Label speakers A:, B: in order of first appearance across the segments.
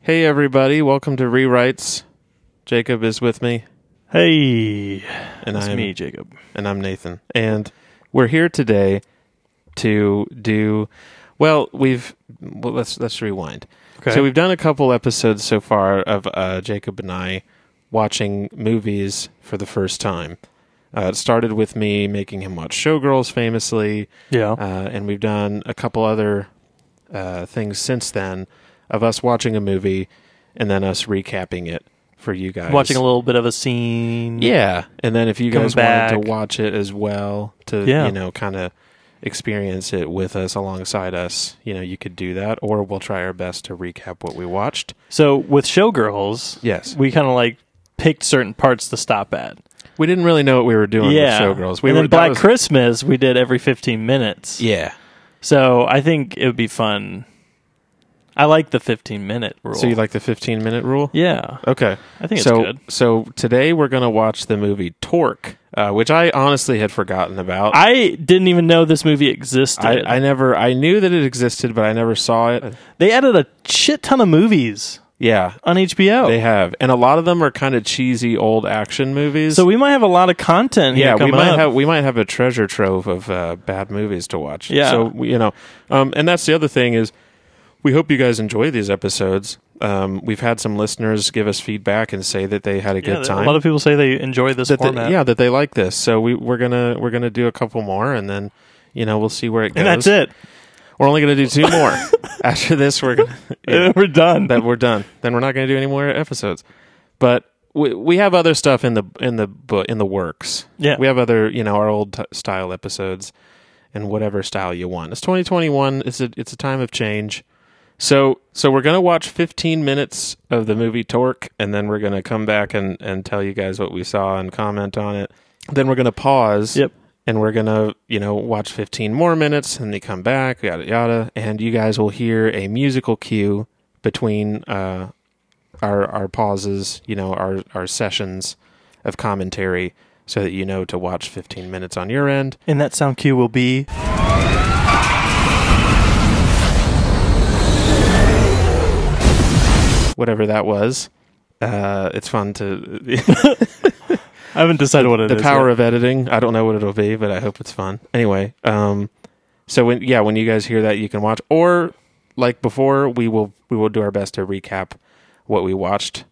A: Hey, everybody. Welcome to Rewrites. Jacob is with me,
B: Hey,
A: and
B: it's
A: I'm
B: me, Jacob.
A: and I'm Nathan. And we're here today to do well, we've well, let's let's rewind.
B: Okay.
A: So we've done a couple episodes so far of uh, Jacob and I watching movies for the first time. Uh, it started with me making him watch Showgirls famously,
B: Yeah.
A: uh, and we've done a couple other uh, things since then of us watching a movie and then us recapping it for you guys.
B: Watching a little bit of a scene.
A: Yeah, and then if you
B: Come
A: guys
B: back.
A: wanted to watch it as well to
B: Yeah.
A: you know kind of experience it with us alongside us, you know, you could do that, or we'll try our best to recap what we watched.
B: So with Showgirls,
A: Yes, we,
B: we kind of like picked certain parts to stop at.
A: didn't really know what we were doing
B: yeah.
A: with Showgirls. We
B: and
A: were
B: then
A: that
B: Black
A: was-
B: Christmas, we did every 15 minutes.
A: Yeah,
B: So I think it would be fun. I like the 15 minute rule.
A: so you like the fifteen minute rule?
B: Yeah.
A: Okay,
B: I think
A: so
B: it's good.
A: so today we're gonna watch the movie Torque, uh, which I honestly had forgotten about.
B: I didn't even know this movie existed.
A: I, I never I knew that it existed, but I never saw it.
B: they added a shit ton of movies
A: Yeah,
B: on HBO.
A: They have, and a lot of them are kind of cheesy old action movies.
B: so we might have a lot of content here
A: yeah, we
B: coming
A: might
B: up.
A: have we might have a treasure trove of uh, bad movies to watch.
B: Yeah.
A: so we- you know, um, and that's the other thing is, we hope you guys enjoy these episodes. Um, we've had some listeners give us feedback and say that they had a
B: Yeah,
A: good
B: th-
A: time.
B: A lot of people say they enjoy this
A: that
B: format.
A: they, yeah, that they like this. So we we're gonna we're gonna do a couple more, and then you know we'll see where it goes.
B: and that's it.
A: We're only gonna do two more. After this, we're gonna,
B: We're done.
A: that we're done. Then we're not going to do any more episodes. But we we have other stuff in the in the book in the works.
B: Yeah.
A: we have other you know our old t- style episodes and whatever style you want. It's 2021. It's a it's a time of change. So so we're gonna watch 15 minutes of the movie Torque, and then we're gonna come back and and tell you guys what we saw and comment on it. Then we're gonna pause.
B: Yep.
A: And we're gonna, you know, watch 15 more minutes, and they come back, yada yada, and you guys will hear a musical cue between uh, our our pauses, you know, our our sessions of commentary, so that you know to watch 15 minutes on your end.
B: and that sound cue will be
A: whatever that was. Uh, it's fun to
B: I haven't decided what it is.
A: the power of editing. I don't know what it'll be, but I hope it's fun. Anyway, um, so when yeah, when you guys hear that, you can watch or like before, we will we will do our best to recap what we watched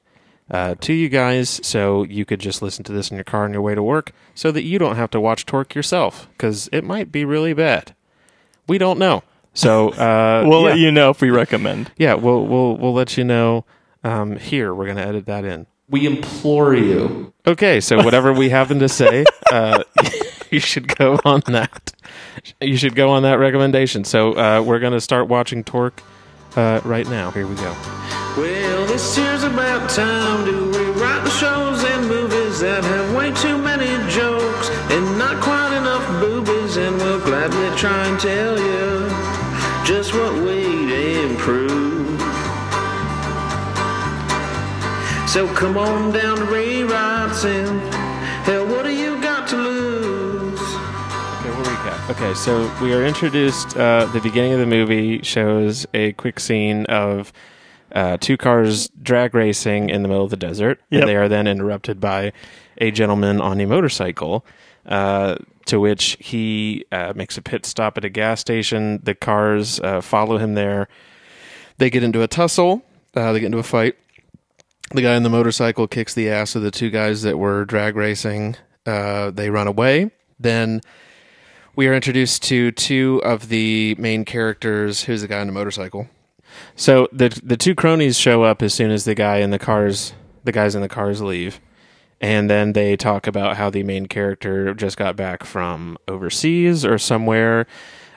A: uh, to you guys, so you could just listen to this in your car on your way to work, so that you don't have to watch Torque yourself because it might be really bad. We don't know, so uh,
B: We'll
A: yeah.
B: let you know if we recommend.
A: Yeah, we'll we'll we'll let you know. Um, here, we're gonna edit that in. We implore you. Okay, so whatever we happen to say, uh, you should go on that. You should go on that recommendation. So uh, we're gonna start watching Torque uh, right now. Here we go.
C: Well, this year's about time to rewrite the shows and movies that have way too many jokes and not quite enough boobies, and we'll gladly try and tell you just what we'd improve. So come on down to rewrites and hell, what do you got to lose?
A: Okay, we'll recap. Okay, so we are introduced. Uh, the beginning of the movie shows a quick scene of uh, two cars drag racing in the middle of the desert.
B: Yep.
A: And they are then interrupted by a gentleman on a motorcycle, uh, to which he uh, makes a pit stop at a gas station. The cars uh, follow him there. They get into a tussle, uh, they get into a fight the guy on the motorcycle kicks the ass of the two guys that were drag racing. Uh, they run away. Then we are introduced to two of the main characters. Who's the guy on the motorcycle? So the the two cronies show up as soon as the guy in the cars, the guys in the cars leave, and then they talk about how the main character just got back from overseas or somewhere,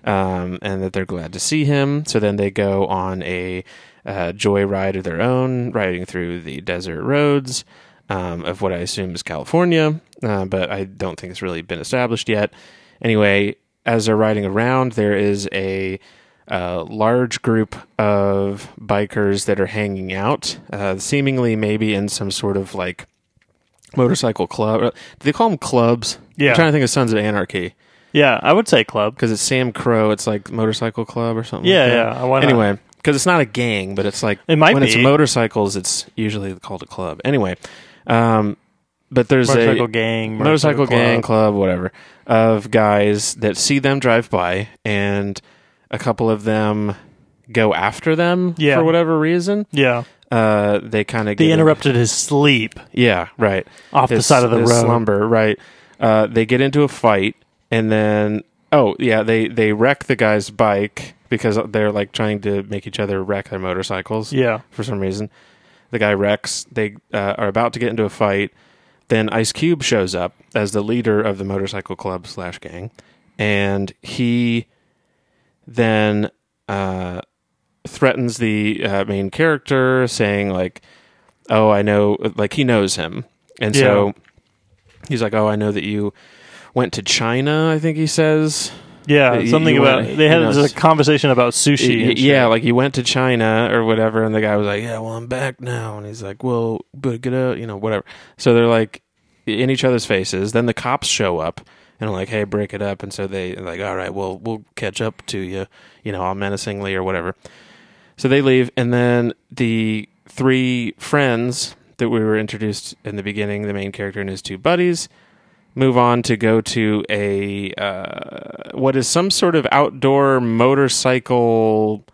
A: um, and that they're glad to see him. So then they go on a uh, joyride of their own, riding through the desert roads um, of what I assume is California, uh, but I don't think it's really been established yet. Anyway, as they're riding around, there is a a large group of bikers that are hanging out, uh, seemingly maybe in some sort of like motorcycle club. Uh, Do they call them clubs?
B: Yeah.
A: I'm trying to think of Sons of Anarchy
B: Yeah, I would say club.
A: because it's Sam Crow. It's like motorcycle club or something.
B: Yeah,
A: like that.
B: yeah, why not?
A: Anyway, because it's not a gang, but it's like
B: It might
A: when it's
B: be.
A: motorcycles, it's usually called a club. Anyway, um, but there's
B: Motorcycle
A: a
B: gang,
A: motorcycle
B: club.
A: gang club, whatever, of guys that see them drive by, and a couple of them go after them
B: Yeah.
A: for whatever reason.
B: Yeah,
A: Uh, they kind of
B: they interrupted his sleep
A: Yeah, right.
B: off the
A: His-
B: side of the
A: his
B: road.
A: Slumber, right? Uh, they get into a fight, and then oh yeah, they they wreck the guy's bike because they're like trying to make each other wreck their motorcycles
B: Yeah,
A: for some reason. The guy wrecks. They uh, are about to get into a fight. Then Ice Cube shows up as the leader of the motorcycle club slash gang, and he then uh, threatens the uh, main character, saying like, "Oh, I know," like he knows him, and so he's like, "Oh, I know that you went to China." I think he says,
B: yeah.
A: You-
B: Something
A: you
B: about
A: wanna-
B: they had
A: you know,
B: this
A: it's-
B: conversation about sushi.
A: Y-
B: and shit.
A: yeah, like you went to China or whatever, and the guy was like, "Yeah, well, I'm back now," and he's like, "Well, but get out, you know, whatever." So they're like in each other's faces. Then the cops show up and are like, "Hey, break it up!" And so they are like, "All right, well, we'll catch up to you, you know, all menacingly or whatever." So they leave, and then the three friends that we were introduced in the beginning, the main character and his two buddies, move on to go to a uh, what is some sort of outdoor motorcycle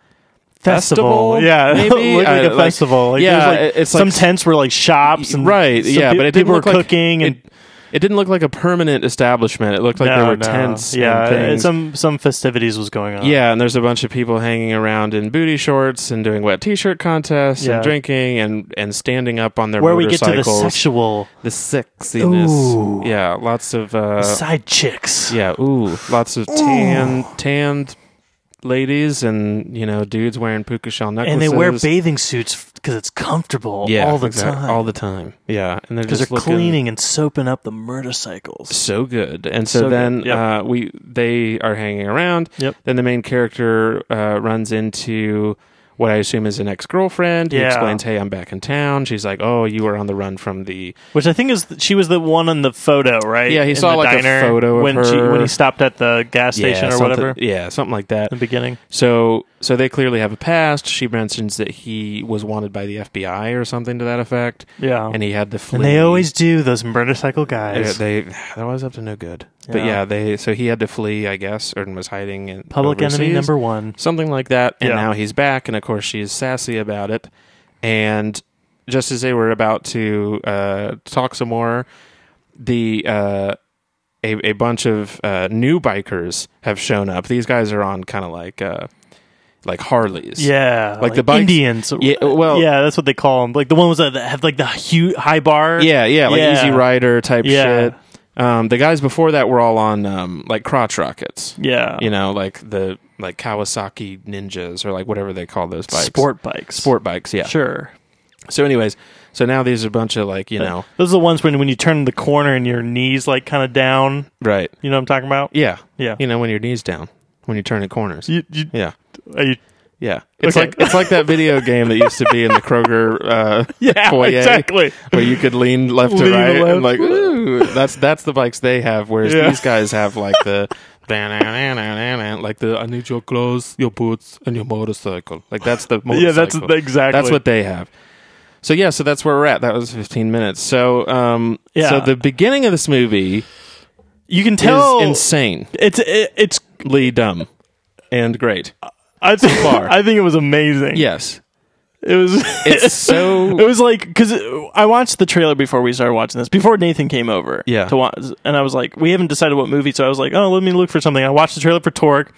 A: festival.
B: Yeah, it
A: maybe?
B: looked like
A: Uh,
B: a
A: like-
B: festival. Like,
A: yeah,
B: yeah, like
A: it's like
B: some
A: s-
B: tents were like shops and
A: right?
B: some
A: Yeah,
B: pe-
A: but it didn't
B: people were
A: look like
B: cooking
A: it,
B: and
A: it didn't look like a permanent establishment. It looked like
B: no,
A: there were
B: no.
A: tents.
B: Yeah,
A: and things.
B: some some festivities was going on.
A: Yeah, and there's a bunch of people hanging around in booty shorts and doing wet t-shirt contests
B: Yeah.
A: and drinking and and standing up on their
B: where we get to the
A: motorcycles.
B: sexual
A: the sexiness.
B: Ooh.
A: Yeah, lots of uh,
B: side chicks.
A: yeah, ooh, lots of tan tanned ladies and you know dudes wearing puka shell necklaces.
B: and they wear bathing suits because it's comfortable
A: yeah,
B: all the
A: exact-
B: time.
A: all the time. Yeah, and they're
B: because
A: just
B: they're
A: looking
B: cleaning and soaping up the motorcycles.
A: so good. And so,
B: So good,
A: then
B: yeah.
A: uh, we they are hanging around.
B: Yep.
A: Then the main character uh, runs into what I assume is an ex girlfriend. He
B: Yeah.
A: explains, "Hey, I'm back in town." She's like, "Oh, you were on the run from the
B: Which I think is th- she was the one on the photo, right?
A: Yeah, he
B: In
A: saw,
B: the
A: like, a
B: diner
A: photo of
B: when she
A: her.
B: when he stopped at the gas
A: Yeah,
B: station or
A: something-
B: whatever.
A: Yeah, something like that.
B: In the beginning,
A: So, so they clearly have a past. She mentions that he was wanted by the FBI or something to that effect,
B: yeah,
A: and he had the flee.
B: Oh. And they always do those motorcycle
A: Yeah,
B: guys.
A: they they're always up to no good. But
B: Yeah.
A: yeah, they so he had to flee, I guess, or was hiding in
B: Public enemy
A: overseas,
B: number one.
A: something like that. And
B: Yeah.
A: now he's back, and of course she is sassy about it. And just as they were about to uh, talk some more, the uh, a a bunch of uh, new bikers have shown up. These guys are on kind of like uh, like Harleys,
B: Yeah,
A: Like the bikes-
B: Indians.
A: Yeah, well-
B: yeah, that's what they call them. Like the ones that have like the huge high bar.
A: Yeah, yeah, like
B: Yeah.
A: Easy Rider type
B: Yeah.
A: shit. Um, the guys before that were all on um, like crotch rockets,
B: yeah,
A: you know, like the like Kawasaki ninjas or like whatever they call those bikes,
B: sport bikes.
A: sport bikes. Yeah.
B: sure.
A: So, anyways, so now these are a bunch of like you know,
B: Those are the ones when when you turn the corner and your knees like kind of down.
A: right?
B: You know what I'm talking about?
A: Yeah,
B: Yeah.
A: You know, when your knees down, when you turn at corners.
B: You, you,
A: Yeah,
B: are you,
A: yeah. It's
B: Okay.
A: like it's like that video game that used to be in the Kroger uh,
B: yeah,
A: foyer.
B: exactly.
A: Where you could lean left to
B: Lean
A: right
B: left.
A: and like, ooh, that's that's the bikes they have. Whereas
B: Yeah.
A: these guys have like the like the I need your clothes, your boots, and your motorcycle. Like that's the motorcycle.
B: Yeah, that's exactly.
A: that's what they have. So yeah, so that's where we're at. That was 15 minutes. So um,
B: Yeah.
A: so the beginning of this movie
B: you can tell.
A: is insanely
B: it's it, it's.
A: dumb and great.
B: I think,
A: far.
B: I think it was amazing.
A: Yes,
B: it was.
A: it's so
B: It was like because I watched the trailer before we started watching this. Before Nathan came over,
A: Yeah.
B: to watch, and I was like, we haven't decided what movie, so I was like, oh, let me look for something. I watched the trailer for Torque,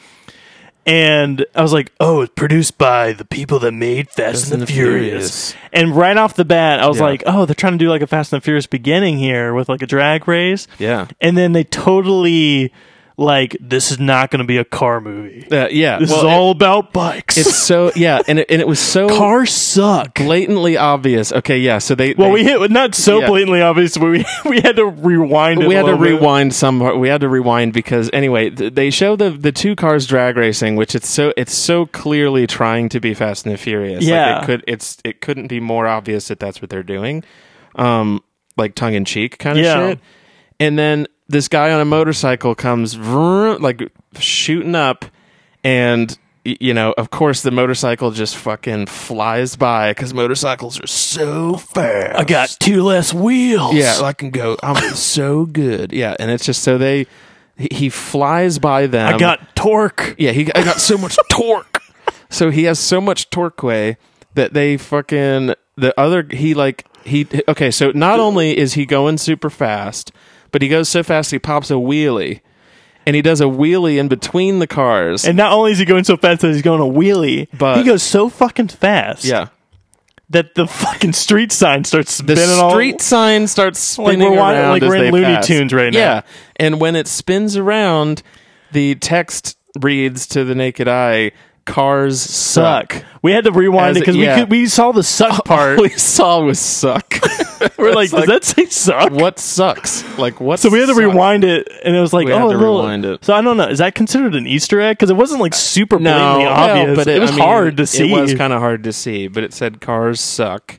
B: and I was like, oh, it's produced by the people that made Fast and the, Furious.
A: Furious.
B: And right off the bat, I was
A: Yeah.
B: like, oh, they're trying to do like a Fast and the Furious beginning here with like a drag race,
A: yeah.
B: and then they totally like this is not going to be a car movie.
A: Uh, yeah,
B: This
A: well,
B: is
A: it-
B: all about bikes.
A: it's so yeah, and it, and it was so
B: Cars suck.
A: blatantly obvious. Okay, yeah. So they
B: Well,
A: they,
B: we hit not so
A: Yeah.
B: blatantly obvious, but we we had to rewind. It
A: we
B: a
A: had to
B: little bit.
A: rewind some. We had to rewind because anyway, th- they show the the two cars drag racing, which it's so it's so clearly trying to be Fast and the Furious.
B: Yeah.
A: like it could it's it couldn't be more obvious that that's what they're doing, um, like tongue in cheek kind of
B: Yeah.
A: shit. And then this guy on a motorcycle comes vroom, like shooting up, and y- you know, of course, the motorcycle just fucking flies by because motorcycles are so fast.
B: I got two less wheels.
A: Yeah, I can go. I'm so good. Yeah, and it's just so they he, he flies by them.
B: I got torque.
A: yeah, he I got so much torque. So he has so much torque that they fucking the other he like he okay. So not only is he going super fast, but he goes so fast he pops a wheelie, and he does a wheelie in between the cars.
B: And not only is he going so fast that he's going a wheelie,
A: But-
B: he goes so fucking fast
A: yeah,
B: that the fucking street sign starts
A: the
B: spinning all.
A: street sign starts spinning
B: we're wa-
A: around
B: like
A: as
B: we're in
A: they
B: Looney
A: pass.
B: Tunes right now.
A: Yeah, and when it spins around, the text reads to the naked eye: "Cars suck."
B: suck. We had to rewind
A: As-
B: it because
A: yeah.
B: we could, we saw the suck part.
A: All we saw was suck.
B: We're like,
A: like-
B: does that say suck?
A: what sucks? Like what?
B: So we had to
A: sucks?
B: rewind it, and it was like,
A: We had
B: oh,
A: to
B: a little-
A: rewind it.
B: So I don't know. Is that considered an Easter egg? Because it wasn't like super
A: No,
B: blatantly obvious,
A: well,
B: but it, was
A: I mean,
B: hard to see.
A: It was kind of hard to see, but it said "Cars suck,"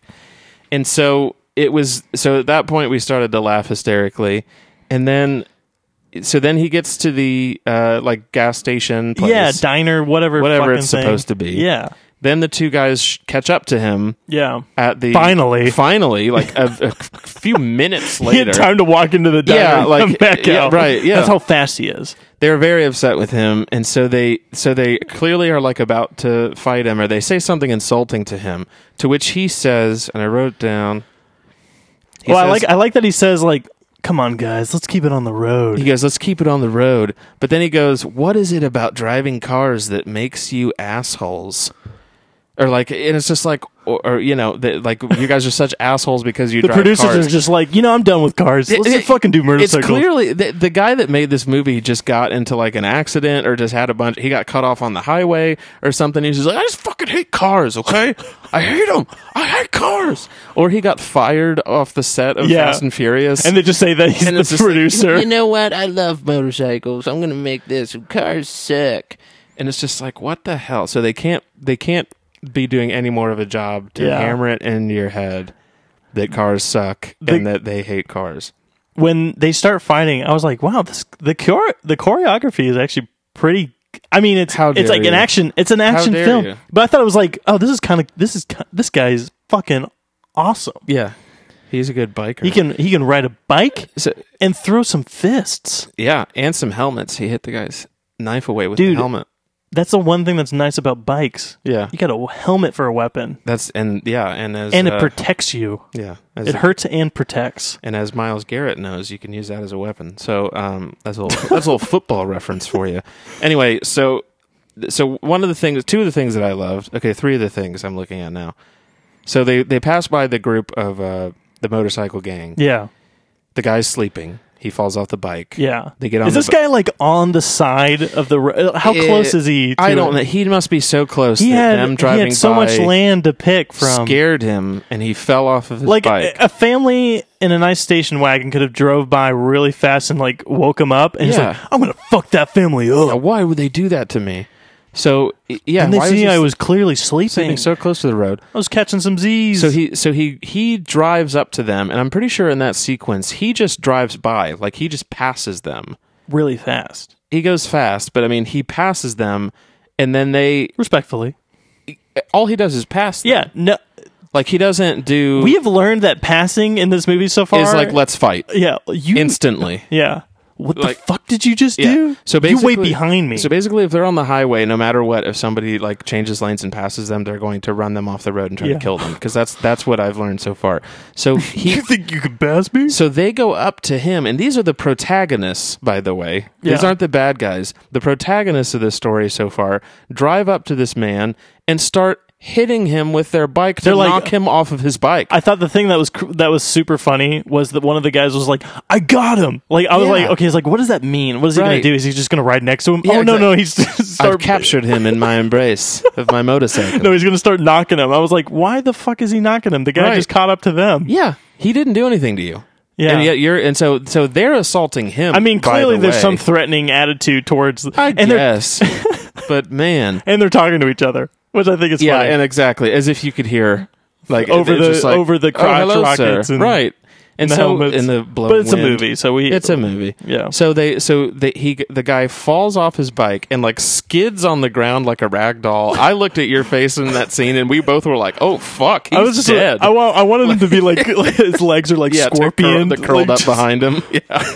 A: and so it was. So at that point, we started to laugh hysterically, and then. So then he gets to the uh, like gas station. Place.
B: yeah, diner, whatever,
A: whatever
B: fucking
A: it's
B: thing.
A: supposed to be.
B: Yeah,
A: Then the two guys sh- catch up to him
B: yeah.
A: at the
B: Finally.
A: finally, like a, a few minutes
B: He had
A: later.
B: time to walk into the diner,
A: Yeah,
B: and
A: like,
B: come back
A: yeah,
B: out.
A: right, yeah.
B: that's how fast he is.
A: They're very upset with him, and so they so they clearly are like about to fight him, or they say something insulting to him, to which he says, and I wrote it down. he
B: well, I
A: says-
B: like I like that he says like, "Come on, guys, let's keep it on the road."
A: He goes, let's keep it on the road. But then he goes, what is it about driving cars that makes you assholes? Or like, and it's just like, or, or you know, the, like you guys are such assholes because you
B: the
A: drive
B: producers
A: cars.
B: are just like, you know, I'm done with cars. Let's
A: It-
B: just
A: it-
B: fucking do motorcycles.
A: It's clearly the, the guy that made this movie just got into like an accident or just had a bunch. He got cut off on the highway or something. He's just like, I just fucking hate cars. Okay, I hate them. I hate cars. Or he got fired off the set of
B: Yeah.
A: Fast and Furious.
B: and they just say that he's
A: And it's
B: the
A: just like,
B: producer.
D: You know what? I love motorcycles. I'm gonna make this. Cars suck.
A: and it's just like, what the hell? So they can't they can't be doing any more of a job to
B: Yeah.
A: hammer it into your head that cars suck and
B: The-
A: that they hate cars.
B: when they start fighting, I was like, wow, this the chore- the choreography is actually pretty. I mean, it's
A: How
B: it's
A: dare
B: like an
A: you.
B: action. It's an action
A: dare
B: film,
A: you.
B: but I thought it was like, oh, this is kind of this is ki- this guy's fucking awesome.
A: Yeah, he's a good biker.
B: He can he can ride a bike
A: So-
B: and throw some fists.
A: Yeah, and some helmets. He hit the guy's knife away with
B: Dude.
A: the helmet.
B: That's the one thing that's nice about bikes.
A: Yeah.
B: you got a helmet for a weapon,
A: That's and yeah, and as
B: and
A: uh,
B: it protects you.
A: yeah, as,
B: It hurts and protects.
A: and as Miles Garrett knows, you can use that as a weapon. So um, that's a little, that's a little football reference for you. Anyway, so so one of the things, two of the things that I loved. Okay, three of the things I'm looking at now. So they they pass by the group of uh, the motorcycle gang.
B: Yeah,
A: The guy's sleeping. He falls off the bike.
B: yeah.
A: They get on
B: Is
A: the
B: this
A: bi-
B: guy like on the side of the? Ro- how close
A: Eh,
B: is he? To
A: I don't
B: it?
A: know. He must be so close.
B: he
A: that
B: had,
A: them
B: he
A: driving
B: had so much
A: by
B: land to pick from.
A: scared him, and he fell off of his
B: like
A: bike.
B: a, a family in a nice station wagon could have drove by really fast and like woke him up, and he's
A: Yeah.
B: like, "I'm gonna fuck that family up."
A: Now, why would they do that to me? So y- yeah,
B: and they
A: why
B: see
A: was
B: I
A: he
B: was clearly sleeping.
A: sleeping so close to the road?
B: I was catching some Z's.
A: So he so he he drives up to them, and I'm pretty sure in that sequence he just drives by, like he just passes them.
B: really fast,
A: He goes fast, but I mean he passes them, and then they
B: respectfully.
A: all he does is pass. Them.
B: Yeah, no,
A: like he doesn't do
B: we have learned that passing in this movie so far
A: is like let's fight
B: yeah, you
A: instantly.
B: yeah. What
A: Like-
B: the fuck did you just
A: Yeah.
B: do?
A: So
B: you
A: basically,
B: wait behind me.
A: So basically, if they're on the highway, no matter what, if somebody like changes lanes and passes them, they're going to run them off the road and try
B: Yeah.
A: to kill them because that's that's what I've learned so far. So he,
B: you think you could pass me?
A: so they go up to him, and these are the protagonists, by the way. These
B: Yeah.
A: aren't the bad guys. The protagonists of this story so far drive up to this man and start hitting him with their bike to
B: They're like-
A: knock him off of his bike.
B: I thought the thing that was cr- that was super funny was that one of the guys was like, "I got him!" Like I was
A: Yeah.
B: like, "Okay, he's like, what does that mean? What is he
A: Right.
B: gonna do? Is he just gonna ride next to him?
A: Yeah,
B: oh no,
A: exact-
B: no, he's just
A: I've
B: start
A: captured him in my embrace of my motorcycle.
B: no, he's gonna start knocking him." I was like, "Why the fuck is he knocking him? The guy
A: Right.
B: just caught up to them."
A: yeah, he didn't do anything to you.
B: Yeah.
A: And yet you're and so so they're assaulting him.
B: I mean,
A: by
B: clearly
A: the
B: there's
A: way.
B: some threatening attitude towards,
A: I
B: and they're
A: guess. but man.
B: and they're talking to each other, which I think is
A: Yeah,
B: funny.
A: and exactly. As if you could hear like
B: Over
A: they're
B: the-
A: just like, "Oh,
B: over the crotch
A: hello, sir."
B: rockets and-
A: right. And
B: No,
A: so
B: but it's-
A: in the blown
B: but it's a
A: wind-
B: movie, so we-
A: it's a movie.
B: Yeah.
A: So they so they, he the guy falls off his bike and like skids on the ground like a rag doll. I looked at your face in that scene and we both were like, "Oh fuck, he's
B: I was just
A: dead."
B: I want I wanted him to be like, like his legs are like
A: yeah, to curl-
B: scorpion,
A: that curled
B: like,
A: up
B: just-
A: behind him. Yeah.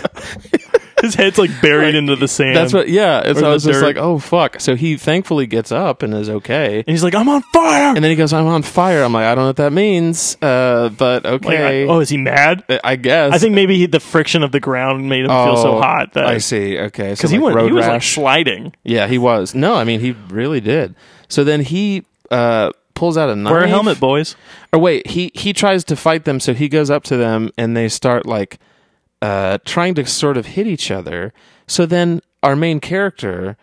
B: His head's like buried
A: Like,
B: into the sand.
A: That's what. Yeah. And so
B: the
A: I was just
B: dirt.
A: like, "Oh fuck." So he thankfully gets up and is okay.
B: and he's like, I'm on fire.
A: And then he goes, "I'm on fire." I'm like, "I don't know what that means," uh, but
B: Like, I-
A: okay. Uh,
B: oh, is he mad?
A: I, I guess.
B: I think maybe he, the friction of the ground made him feel so
A: Oh,
B: hot that
A: I see. Okay, because
B: because he went, he was like sliding.
A: yeah, he was. No, I mean he really did. So then he uh, pulls out a knife.
B: Wear a helmet, boys.
A: Or wait, he he tries to fight them. So he goes up to them, and they start like uh, trying to sort of hit each other. So then our main character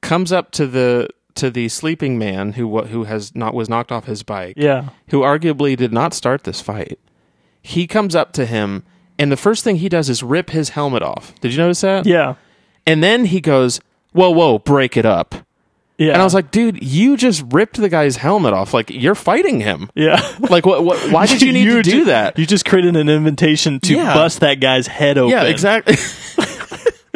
A: comes up to the to the sleeping man who wa- who has not was knocked off his bike
B: Yeah,
A: who arguably did not start this fight, he comes up to him, and the first thing he does is rip his helmet off. Did you notice that?
B: yeah,
A: And then he goes, Whoa, whoa, break it up.
B: yeah.
A: And I was like, Dude, you just ripped the guy's helmet off. Like, you're fighting him.
B: yeah.
A: Like, what, what, why did you need to
B: ju-
A: do that?
B: You just created an invitation to
A: Yeah.
B: bust that guy's head open.
A: yeah, exactly.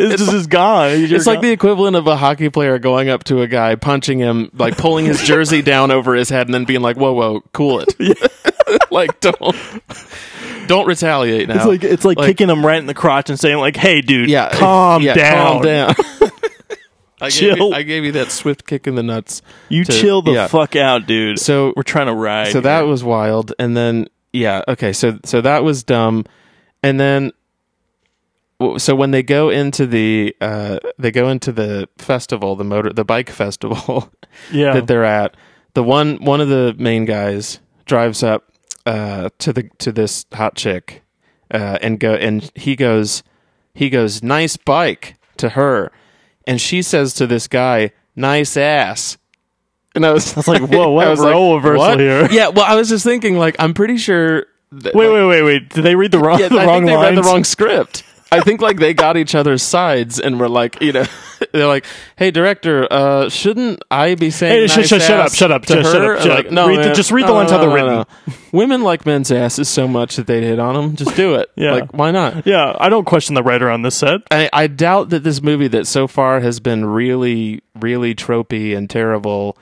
B: It's, just is gone. You're
A: It's like
B: gone.
A: the equivalent of a hockey player going up to a guy, punching him, like pulling his jersey down over his head, and then being like, "Whoa, whoa, cool it! like, don't, don't retaliate now."
B: It's like it's like,
A: Like-
B: kicking him right in the crotch and saying like, "Hey, dude,
A: yeah,
B: calm
A: yeah,
B: down.
A: Calm down. I Gave
B: Chill.
A: you, I gave you that swift kick in the nuts.
B: You
A: to-
B: chill the
A: yeah.
B: fuck out, dude.
A: So
B: we're trying to ride.
A: so that was wild, and then yeah, okay, so so that was dumb, and then w- so when they go into the uh they go into the festival, the motor the bike festival
B: yeah.
A: that they're at, the one one of the main guys drives up uh to the to this hot chick uh and go and he goes he goes nice bike to her and she says to this guy nice ass and i was,
B: was like, whoa, what
A: I was
B: role reversal
A: what?
B: here?
A: yeah well i was just thinking like i'm pretty sure that,
B: wait,
A: like,
B: wait, wait, wait. Did they read the wrong
A: yeah,
B: the
A: I
B: wrong
A: think they
B: lines?
A: read the wrong script i think like they got each other's sides and were like you know they're like hey director uh shouldn't i be saying
B: Hey, sh-
A: nice
B: sh- shut
A: ass
B: up, shut up,
A: to
B: shut up,
A: her?
B: shut up.
A: Like, no
B: Read the-
A: man.
B: just read the
A: No,
B: lines
A: no,
B: how they're
A: no, no,
B: written.
A: no. women like men's asses so much that they'd hit on them just do it
B: Yeah.
A: like why not
B: Yeah, I don't question the writer on this set.
A: I, I doubt that this movie that so far has been really, really tropey and terrible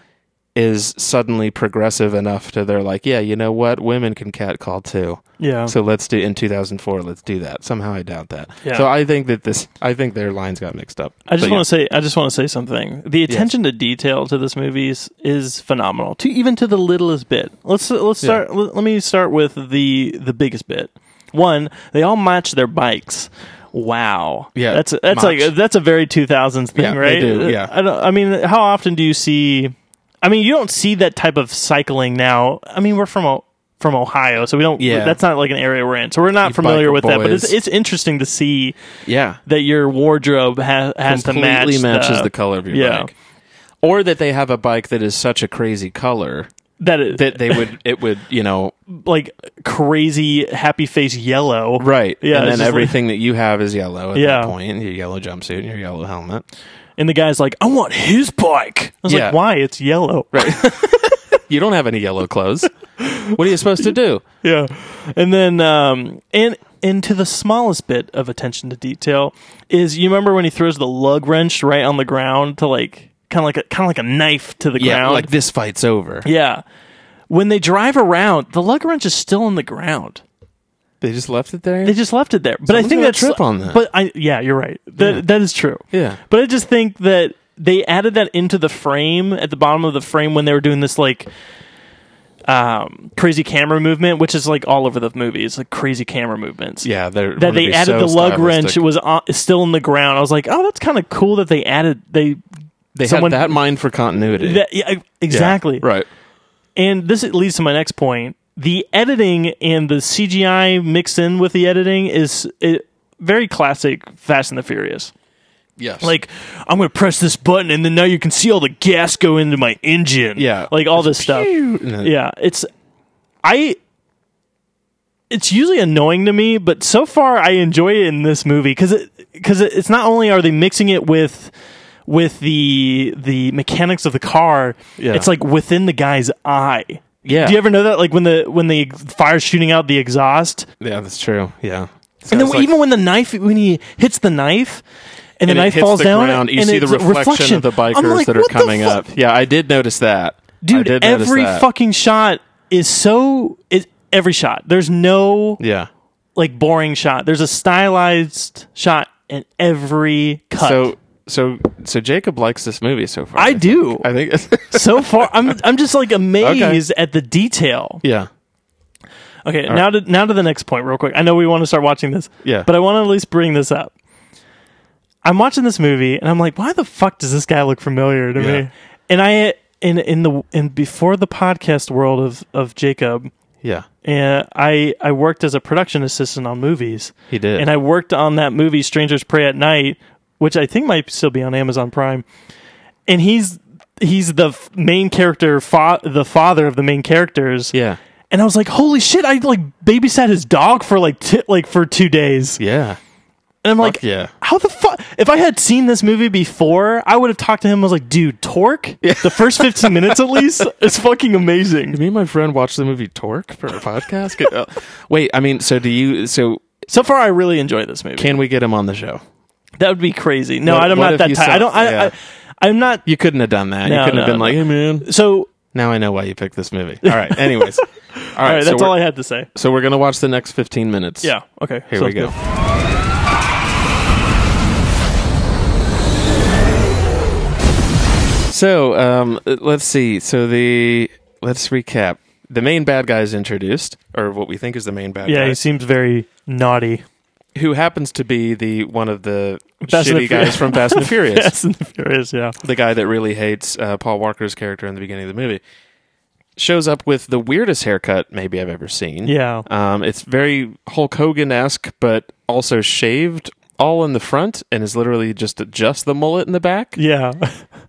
A: is suddenly progressive enough to they're like, yeah, you know what, women can catcall too.
B: Yeah.
A: So let's do in 2004. Let's do that. Somehow I doubt that.
B: Yeah.
A: So I think that this, I think their lines got mixed up.
B: I just
A: But
B: want to say I just want to say something. The attention to detail to this movie is, is phenomenal. To even to the littlest bit. Let's let's start let, let me start with the the biggest bit. One, they all match their bikes. Wow.
A: Yeah,
B: That's
A: match.
B: that's like that's a very 2000s thing,
A: Yeah, they
B: right? Uh,
A: do, yeah.
B: I don't I mean, how often do you see I mean, you don't see that type of cycling now. I mean, we're from O- from Ohio, so we don't
A: Yeah.
B: that's not like an area we're in. So we're not
A: You
B: familiar
A: biker
B: with that, but
A: boys.
B: it's it's interesting to see
A: yeah.
B: that your wardrobe ha- has to match
A: Completely matches the, color of your
B: yeah.
A: bike. Or that they have a bike that is such a crazy color
B: that it,
A: that they would, it would, you know,
B: like crazy happy face yellow
A: Right.
B: Yeah,
A: And then
B: it's just
A: everything that you have is yellow at
B: Yeah.
A: that point. Your yellow jumpsuit and your yellow helmet.
B: and the guy's like I want his bike I was
A: Yeah.
B: like why it's yellow right
A: You don't have any yellow clothes. what are you supposed to do?
B: yeah and then um and and to the smallest bit of attention to detail is you remember when he throws the lug wrench right on the ground to like kind of like a kind of like a knife to the ground
A: like this fight's over.
B: yeah when they drive around the lug wrench is still in the ground
A: They just left it there.
B: They just left it there. But I
A: Someone's
B: think
A: gonna
B: that's
A: trip on that.
B: But I yeah, you're right. That that is true.
A: Yeah.
B: But I just think that they added that into the frame at the bottom of the frame when they were doing this like um crazy camera movement, which is like all over the movie. It's like crazy camera movements.
A: yeah, they're
B: That they added the lug wrench
A: It
B: was on, still in the ground. I was like, oh, that's kind of cool that they added they.
A: They
B: someone-
A: had that mind for continuity.
B: That, yeah,
A: Yeah.
B: exactly.
A: Right.
B: And this leads to my next point. The editing and the CGI mix in with the editing is it, very classic Fast and the Furious.
A: Yes.
B: Like, I'm going to press this button, and then now you can see all the gas go into my engine.
A: Yeah.
B: Like all this stuff.
A: then-
B: Yeah. It's, I, it's usually annoying to me, but so far I enjoy it in this movie because it, because it, it's not only are they mixing it with, with the the mechanics of the car,
A: Yeah.
B: it's like within the guy's eye.
A: Yeah.
B: Do you ever know that? Like when the when the fire's shooting out the exhaust,
A: yeah, that's true. Yeah. So
B: and then
A: it's like-
B: even when the knife when he hits the knife, and,
A: and
B: the
A: it
B: knife
A: hits
B: falls
A: the
B: down,
A: ground, you
B: and
A: see the
B: it's a
A: reflection, of the
B: I'm
A: bikers
B: like,
A: that are
B: "What the
A: coming
B: fuck?"
A: up. Yeah, I did notice that. I
B: dude.
A: did notice
B: Every
A: that.
B: fucking shot is so is every shot. There's no
A: Yeah.
B: like boring shot. There's a stylized shot in every cut.
A: So so so Jacob likes this movie so far.
B: I do.
A: I think. it's-
B: so far, I'm I'm just like amazed at the detail.
A: yeah.
B: Okay, now to now to the next point, real quick. I know we want to start watching this,
A: Yeah.
B: but I want to at least bring this up. I'm watching this movie and I'm like, why the fuck does this guy look familiar to
A: Yeah.
B: me? And I in in the in before the podcast world of of Jacob,
A: Yeah.
B: uh, I I worked as a production assistant on movies.
A: He did.
B: and I worked on that movie Strangers Pray at Night, which I think might still be on Amazon Prime. And he's he's the f- main character, fa- the father of the main characters.
A: Yeah.
B: And I was like, "Holy shit! I like babysat his dog for like t- like for two days."
A: Yeah.
B: And I'm like,
A: yeah.
B: How the fuck? If I had seen this movie before, I would have talked to him. and was like, "Dude, Torque. The first 15 minutes at least is fucking amazing."
A: Me and my friend watched the movie Torque for a podcast. Get- uh, Wait, I mean, so do you? So
B: So far, I really enjoy this movie.
A: can we get him on the show?
B: that would be crazy. No,
A: What-
B: I'm
A: what
B: not
A: if
B: that
A: you
B: type.
A: saw-
B: I don't. I,
A: yeah.
B: I, I'm not.
A: You couldn't have done that. you
B: No,
A: couldn't have
B: no,
A: been
B: no.
A: like, hey man,
B: So
A: now I know why you picked this movie. All right. Anyways, all right.
B: All right,
A: so
B: that's
A: we're-
B: all I had to say.
A: So we're gonna watch the next fifteen minutes.
B: Yeah. Okay.
A: Here we
B: sounds
A: go.
B: good.
A: So um, let's see. So the let's recap. The main bad guy is introduced, or what we think is the main bad
B: Yeah,
A: guy,
B: he seems very naughty.
A: who happens to be the one of the
B: Fast and
A: shitty
B: the Furious.
A: guys from Fast and the Furious.
B: Fast and the Furious. Yeah.
A: the guy that really hates uh, Paul Walker's character in the beginning of the movie, shows up with the weirdest haircut maybe I've ever seen.
B: Yeah.
A: Um, it's very Hulk Hogan esque, but also shaved all in the front and is literally just just the mullet in the back.
B: Yeah.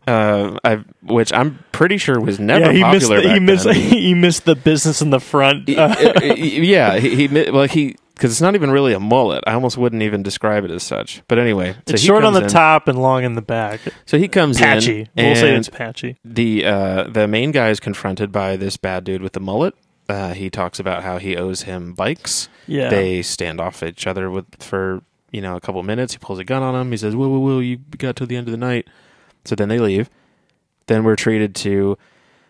A: Uh, I which I'm pretty sure was never
B: yeah. He missed.
A: popular.
B: The, he
A: back
B: missed.
A: then.
B: He missed the business in the front. Uh,
A: Y- yeah, he, he mi- well he because it's not even really a mullet. I almost wouldn't even describe it as such. But anyway, so
B: it's
A: he
B: short on
A: comes
B: the
A: in-
B: top and long in the back.
A: So he comes
B: Patchy.
A: in.
B: we'll say
A: and
B: it's patchy.
A: the uh, the main guy is confronted by this bad dude with the mullet. Uh, he talks about how he owes him bikes.
B: Yeah.
A: They stand off each other with for you know a couple minutes. He pulls a gun on him. He says, "Whoa, whoa, whoa! You got till the end of the night." So then they leave. Then we're treated to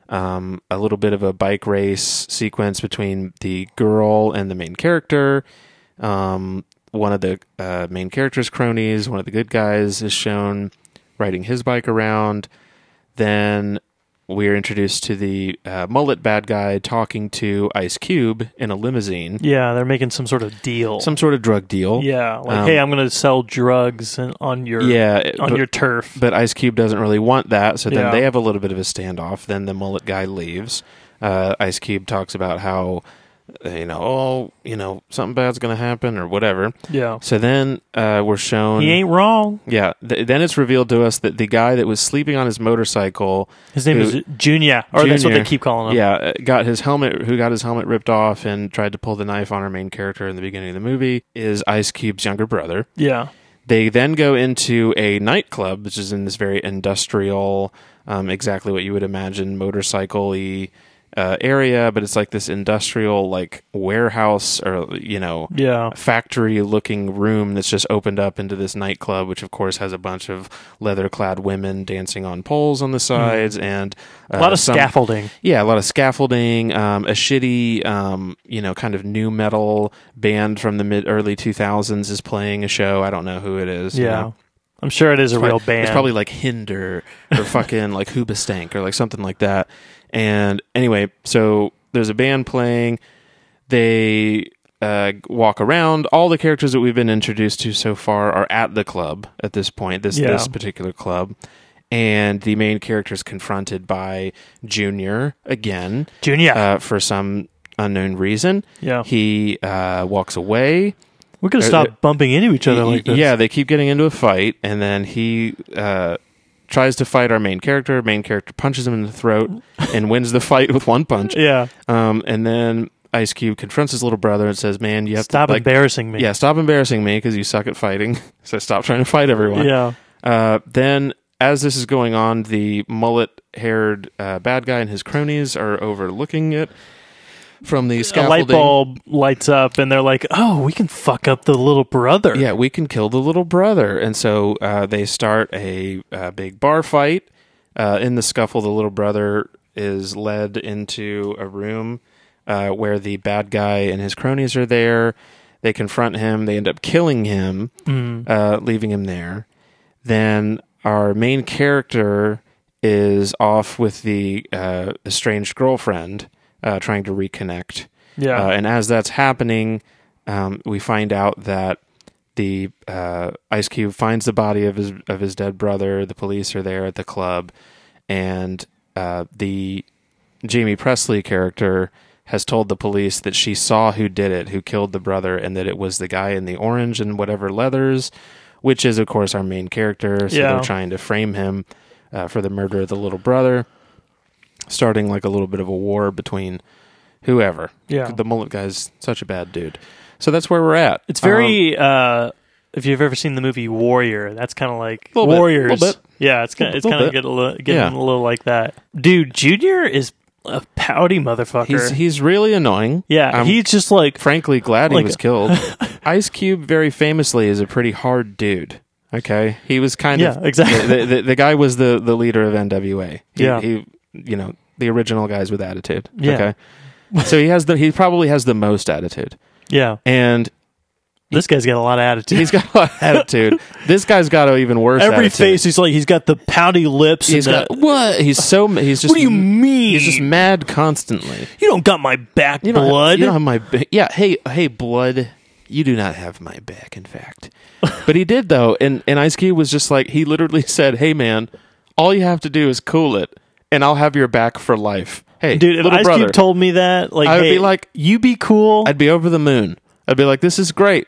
A: um, a little bit of a bike race sequence between the girl and the main character. Um, one of the uh, main character's cronies, one of the good guys, is shown riding his bike around. Then we're introduced to the uh, mullet bad guy talking to Ice Cube in a limousine,
B: Yeah, they're making some sort of deal.
A: some sort of drug deal.
B: yeah, like
A: Um,
B: hey, I'm going to sell drugs and, on your
A: yeah. it-
B: on
A: but,
B: your turf.
A: but Ice Cube doesn't really want that, so then
B: Yeah.
A: they have a little bit of a standoff. Then the mullet guy leaves. Uh, Ice Cube talks about how uh, you know, oh, you know, something bad's gonna happen or whatever.
B: yeah,
A: So then uh, we're shown.
B: he ain't wrong.
A: yeah. Th- then it's revealed to us that the guy that was sleeping on his motorcycle
B: His name
A: Who-
B: is Junior, or that's what
A: Junior.
B: they keep calling him.
A: Yeah, uh, got his helmet. Who got his helmet ripped off and tried to pull the knife on our main character in the beginning of the movie is Ice Cube's younger brother.
B: yeah.
A: They then go into a nightclub, which is in this very industrial, um, exactly what you would imagine motorcycle-y uh, area, but it's like this industrial, like warehouse or you know,
B: Yeah.
A: factory looking room that's just opened up into this nightclub, which of course has a bunch of leather clad women dancing on poles on the sides and uh,
B: Hmm. A lot of
A: some-
B: scaffolding.
A: Yeah, a lot of scaffolding, um, a shitty, um, you know, kind of new metal band from the mid early 2000s is playing a show. I don't know who it is. you
B: Yeah.
A: know.
B: I'm sure it is a
A: Probably-
B: real band.
A: It's probably like Hinder or fucking like Hoobastank or like something like that. And anyway, so there's a band playing. They uh, walk around. All the characters that we've been introduced to so far are at the club at this point. This
B: Yeah.
A: this particular club. And the main character is confronted by Junior again
B: Junior.
A: uh, for some unknown reason.
B: yeah.
A: He uh, walks away.
B: We're going
A: uh,
B: to stop bumping into each other
A: Y-
B: like this.
A: Yeah, they keep getting into a fight, and then he uh, tries to fight our main character. Main character punches him in the throat and wins the fight with one punch.
B: Yeah.
A: Um, and then Ice Cube confronts his little brother and says, "Man, you have
B: Stop
A: to like,
B: embarrassing me.
A: yeah, stop embarrassing me because you suck at fighting. so stop trying to fight everyone."
B: Yeah.
A: Uh, then as this is going on, the mullet-haired uh, bad guy and his cronies are overlooking it from the
B: A
A: scaffolding.
B: light bulb lights up, and they're like, "Oh, we can fuck up the little brother."
A: Yeah, we can kill the little brother. And so uh, they start a, uh big bar fight. Uh, in the scuffle, the little brother is led into a room uh, where the bad guy and his cronies are there. They confront him. They end up killing him, uh, leaving him there. Then our main character is off with the uh, estranged girlfriend, uh, trying to reconnect.
B: Yeah.
A: Uh, and as that's happening, um, we find out that the uh, Ice Cube finds the body of his of his dead brother. The police are there at the club, and uh, the Jamie Presley character has told the police that she saw who did it, who killed the brother, and that it was the guy in the orange and whatever leathers, which is of course our main character. So
B: Yeah.
A: they're trying to frame him uh, for the murder of the little brother, starting like a little bit of a war between whoever.
B: Yeah.
A: The mullet guy's such a bad dude. So that's where we're at. Um,
B: It's very. uh, if you've ever seen the movie Warrior, that's kind of like
A: Little bit,
B: Warriors.
A: little bit.
B: Yeah, it's kind. It's
A: Little
B: kind of
A: bit.
B: get a little, getting
A: Yeah.
B: a little like that. Dude, Junior is a pouty motherfucker.
A: he's he's really annoying.
B: yeah,
A: I'm
B: he's just like
A: frankly glad
B: like-
A: he was killed. Ice Cube very famously is a pretty hard dude. Okay, he was kind
B: yeah,
A: of
B: exactly.
A: the, the the guy was the the leader of NWA. He,
B: Yeah.
A: he you know the original guys with attitude.
B: Yeah.
A: Okay, so he has the he probably has the most attitude,
B: yeah,
A: and
B: this guy's got a lot of attitude.
A: he's got a lot of attitude. This guy's got an even worse.
B: Every
A: attitude.
B: face, he's like he's got the pouty lips.
A: He's got
B: and the,
A: what? He's so he's just
B: what do you mean?
A: He's just mad constantly.
B: you don't got my back,
A: You don't
B: blood.
A: Have, you don't have my ba- yeah. Hey hey blood. You do not have my back. In fact, but he did though, and and Ice Cube was just like he literally said, "Hey man, all you have to do is cool it, and I'll have your back for life." Hey,
B: Dude, if
A: little
B: Ice
A: brother,
B: Cube told me that, like,
A: I would
B: hey,
A: be like-
B: you be cool.
A: I'd be over the moon. I'd be like, "This is great."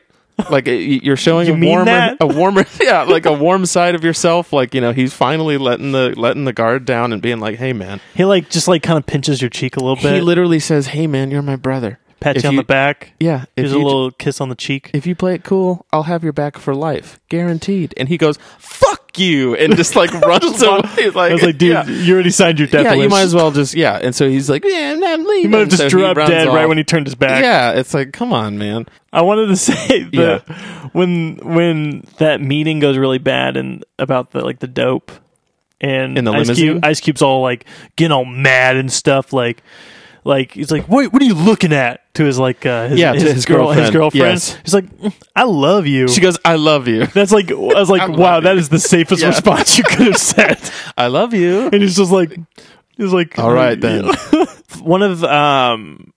A: Like y- you're showing
B: You
A: a
B: mean
A: warmer,
B: that?
A: a warmer, yeah, like a warm side of yourself. Like you know, he's finally letting the letting the guard down and being like, "Hey man,
B: he like just like kind of pinches your cheek a little
A: He
B: bit,
A: literally says, "Hey man, you're my brother."
B: pats
A: If
B: you on
A: you-
B: the back,
A: Yeah, if
B: gives a
A: you,
B: little kiss on the cheek.
A: if you play it cool, I'll have your back for life, guaranteed. And he goes, "Fuck you!" and just like runs away. He's like,
B: I was like, dude,
A: yeah.
B: you already signed your death
A: yeah,
B: wish.
A: you might as well just yeah. And so he's like, "Yeah, I'm not leaving."
B: You might have just
A: so
B: dropped dead right when he turned his back.
A: Yeah, it's like, come on, man.
B: I wanted to say that when when that meeting goes really bad and about the like the dope and
A: In the
B: Ice
A: limousine?
B: Cube, Ice Cube's all like getting all mad and stuff like like he's like wait what are you looking at to his like uh, his,
A: Yeah, to his
B: girl his
A: girlfriend.
B: girlfriend
A: Yes.
B: he's like "Mm, I love you
A: She goes, "I love you.
B: that's like I was like
A: love
B: wow
A: you."
B: that is the safest
A: Yeah.
B: response you could have said
A: I love you."
B: and he's just like he's like
A: All right then.
B: one of um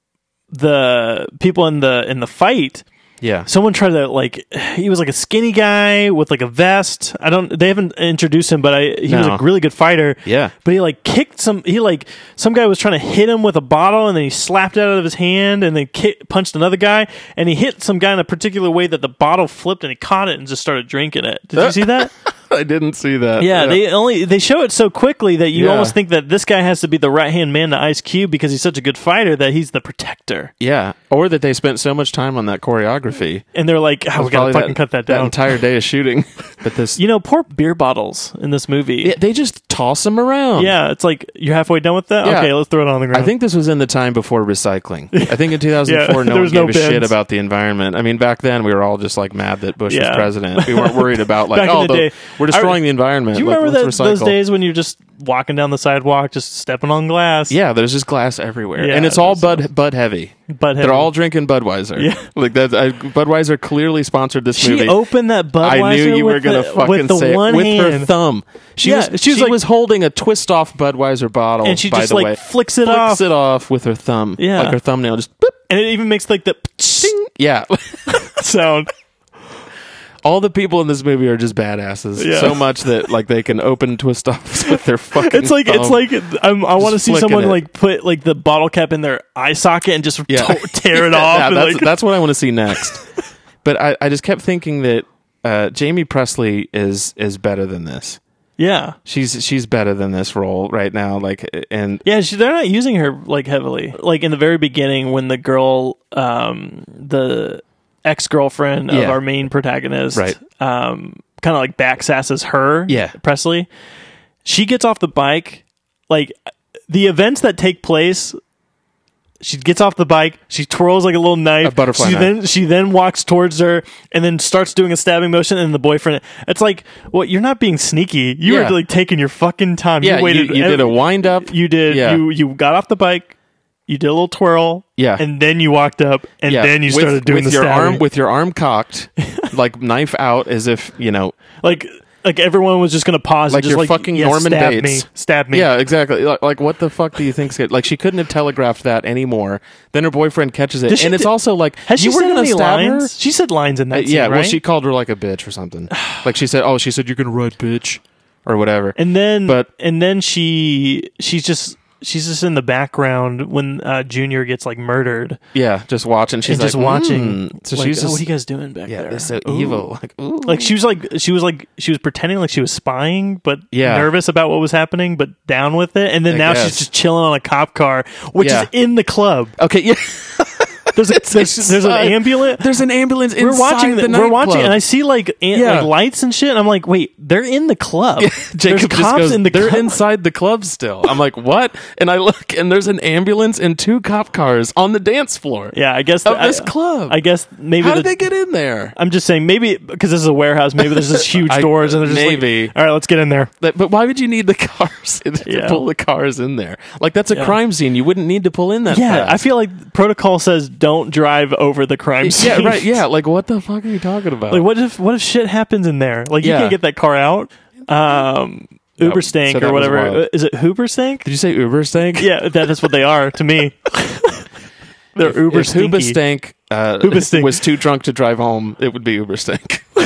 B: the people in the in the fight
A: Yeah.
B: someone tried to like he was like a skinny guy with like a vest i don't they haven't introduced him but i he was
A: No.
B: a really good fighter
A: Yeah.
B: but he like kicked some he like some guy was trying to hit him with a bottle and then he slapped it out of his hand and then ki punched another guy and he hit some guy in a particular way that the bottle flipped and he caught it and just started drinking it
A: Uh.
B: did you see that
A: I didn't see that.
B: yeah, they only they show it so quickly that you
A: Yeah.
B: almost think that this guy has to be the right hand man to ice cube because he's such a good fighter that he's the protector
A: yeah, or that they spent so much time on that choreography.
B: and they're like oh, we gotta
A: Probably
B: fucking cut that down
A: That entire day of shooting. But this,
B: You know, pour beer bottles in this movie. Yeah,
A: Yeah, they just toss them around.
B: it's like you're halfway done with that.
A: Yeah.
B: Okay, let's throw it on the ground.
A: I think this was in the time before recycling. I think in 2004,
B: Yeah,
A: no
B: there
A: one
B: was
A: gave
B: no
A: a shit
B: bins.
A: about the environment. I mean, back then we were all just like mad that Bush
B: Yeah.
A: was president. We weren't worried about like,
B: Back in
A: oh,
B: the day.
A: we're destroying
B: I-
A: the environment.
B: Do you
A: Like,
B: remember that,
A: let's
B: those
A: recycle.
B: days when you're just walking down the sidewalk, just stepping on glass?
A: Yeah, there's just glass everywhere,
B: Yeah,
A: and it's all
B: so-
A: Bud Bud heavy.
B: but
A: They're all drinking Budweiser.
B: Yeah.
A: like that. I, Budweiser clearly sponsored this
B: She
A: movie.
B: opened that Budweiser.
A: I knew you
B: with
A: were gonna
B: the,
A: fucking
B: with the
A: say it.
B: one
A: with
B: hand,
A: her thumb. She
B: Yeah,
A: was she,
B: she was like-
A: was holding a twist off Budweiser bottle,
B: and she
A: by
B: just
A: the
B: like
A: way.
B: flicks it
A: flicks
B: off,
A: it off with her thumb.
B: Yeah.
A: like her thumbnail just. Boop,
B: and it even makes like the pshing
A: yeah.
B: sound.
A: all the people in this movie are just badasses
B: Yeah.
A: so much that like they can open twist offs with their fucking.
B: It's like it's
A: thumb.
B: like I'm, I want to see
A: flicking
B: someone
A: it.
B: like put like the bottle cap in their eye socket and just
A: Yeah.
B: to- tear it
A: Yeah,
B: off. and,
A: that's
B: like,
A: that's what I want to see next. but I, I just kept thinking that uh, Jamie Presley is is better than this.
B: yeah,
A: She's she's better than this role right now. Like and
B: Yeah, she, they're not using her like heavily. Like in the very beginning, when the girl, um, the ex girlfriend of
A: Yeah.
B: our main protagonist,
A: Right.
B: um, kind of like backsasses her,
A: Yeah.
B: Presley, she gets off the bike like the events that take place she gets off the bike she twirls like a little knife
A: A butterfly
B: she
A: knife.
B: then she then walks towards her and then starts doing a stabbing motion and the boyfriend it's like well you're not being sneaky you
A: Yeah.
B: were like taking your fucking time
A: Yeah,
B: you
A: you,
B: waited
A: you did a wind up.
B: you did
A: Yeah.
B: you you got off the bike you did a little twirl
A: Yeah.
B: and then you walked up and
A: yeah,
B: then you
A: with-
B: started doing
A: with
B: the
A: your
B: stabbing.
A: arm with your arm cocked, like knife out, as if you know.
B: like like everyone was just gonna pause
A: Like
B: and just
A: you're
B: like
A: fucking
B: yeah,
A: Norman
B: stab
A: Bates.
B: me stab me
A: Yeah, exactly. Like, like, what the fuck do you think's good? Like, she couldn't have telegraphed that anymore. Then her boyfriend catches it,
B: Does she
A: and it's
B: d-
A: also like,
B: Has
A: you
B: she
A: were
B: said
A: gonna
B: any
A: stab her? Uh,
B: lines? She said lines in that scene,
A: yeah, well,
B: right?
A: she called her like a bitch or something. like she said, oh, she said you're gonna ride, bitch, or whatever.
B: and then
A: but-
B: and then she she's just she's just in the background when uh, Junior gets like murdered
A: yeah, just watching. She's
B: and just
A: like,
B: watching.
A: "Mm." So
B: like,
A: she's
B: "Oh, what
A: just
B: are you guys doing back
A: yeah,
B: there?
A: they're so
B: Ooh."
A: evil. Like, ooh.
B: Like she was like she was like she was pretending like she was spying, but
A: Yeah.
B: nervous about what was happening, but down with it. And then
A: I
B: now
A: guess.
B: she's just chilling on a cop car, which
A: Yeah.
B: is in the club.
A: okay, yeah.
B: There's a, there's, there's an
A: inside.
B: ambulance.
A: There's an ambulance.
B: we're watching.
A: the
B: The, we're
A: nightclub.
B: watching, and I see like, an,
A: Yeah.
B: like lights and shit. And I'm like, wait, they're in the club. there's
A: Jacob
B: cops
A: just goes,
B: in the
A: they're
B: club.
A: inside the club still. I'm like, what? And I look, and there's an ambulance and two cop cars on the dance floor.
B: Yeah, I guess
A: of
B: I-
A: this club.
B: I guess maybe
A: How
B: the,
A: did they get in there?
B: I'm just saying maybe because this is a warehouse. Maybe there's just huge
A: I-
B: doors and there's just like,
A: maybe.
B: all right, let's get in there.
A: Like, But why would you need the cars to
B: Yeah.
A: pull the cars in there? Like that's a
B: Yeah.
A: crime scene. You wouldn't need to pull in that.
B: Yeah,
A: fast.
B: I feel like protocol says don't drive over the crime scene.
A: Yeah, right. Yeah, like what the fuck are you talking about?
B: like what if what if shit happens in there? Like
A: Yeah.
B: you can't get that car out. Um, Uber
A: so
B: stank
A: that
B: or
A: was
B: whatever.
A: wild.
B: Uh, Is it Uber stank?
A: Did you say Uber stank?
B: Yeah, that is what they are to me. They're Uber
A: If Uber
B: stinky.
A: stank, uh,
B: Uber Stank.
A: was too drunk to drive home, it would be Uber stank.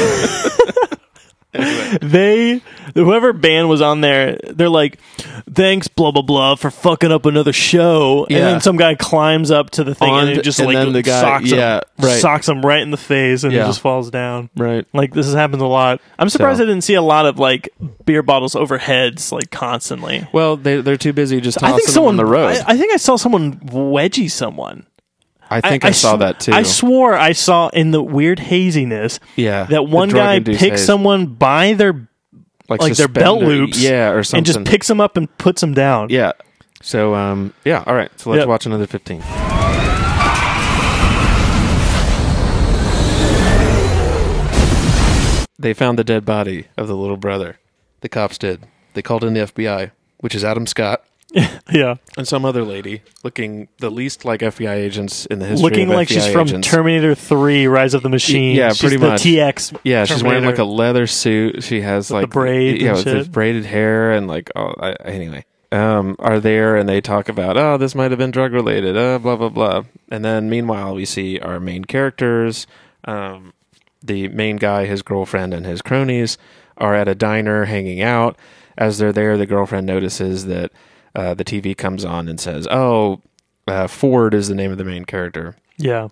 B: they whoever band was on there they're like thanks blah blah blah for fucking up another show
A: Yeah.
B: and then some guy climbs up to the thing
A: On
B: and
A: the-
B: it just
A: and
B: like
A: then the guy-
B: socks
A: yeah,
B: him
A: right.
B: socks him right in the face and
A: Yeah.
B: he just falls down
A: right.
B: like this has happened a lot i'm surprised
A: So-
B: i didn't see a lot of like beer bottles over heads like constantly
A: Well, they they're too busy just tossing
B: i think
A: them
B: someone
A: on the road.
B: I, I think i saw someone wedgie someone
A: I, think I, saw
B: sw-
A: that too.
B: I swore I saw in the weird haziness
A: Yeah, the
B: that one guy
A: drug-induced
B: picks
A: haze.
B: someone by their like their belt
A: suspender-
B: loops,
A: yeah, or something,
B: and just picks them up and puts them down.
A: Yeah. So um, yeah. All right. So let's
B: Yep.
A: watch another fifteen. They found the dead body of the little brother. The cops did. They called in the FBI, which is Adam Scott
B: yeah.
A: and some other lady looking the least like FBI agents in the history.
B: Looking
A: of
B: like
A: FBI
B: she's from
A: agents.
B: Terminator Three: Rise of the Machine.
A: yeah,
B: She's
A: pretty
B: the
A: much.
B: TX.
A: Yeah, she's wearing like a
B: Terminator.
A: leather suit. She has like
B: braid
A: yeah,
B: and
A: with the
B: shit.
A: braided hair and like oh, I, anyway. Um, are there and they talk about oh this might have been drug related uh, blah blah blah and then meanwhile we see our main characters, um, the main guy, his girlfriend, and his cronies are at a diner hanging out. As they're there, the girlfriend notices that uh, the TV comes on and says oh uh, Ford is the name of the main character.
B: yeah.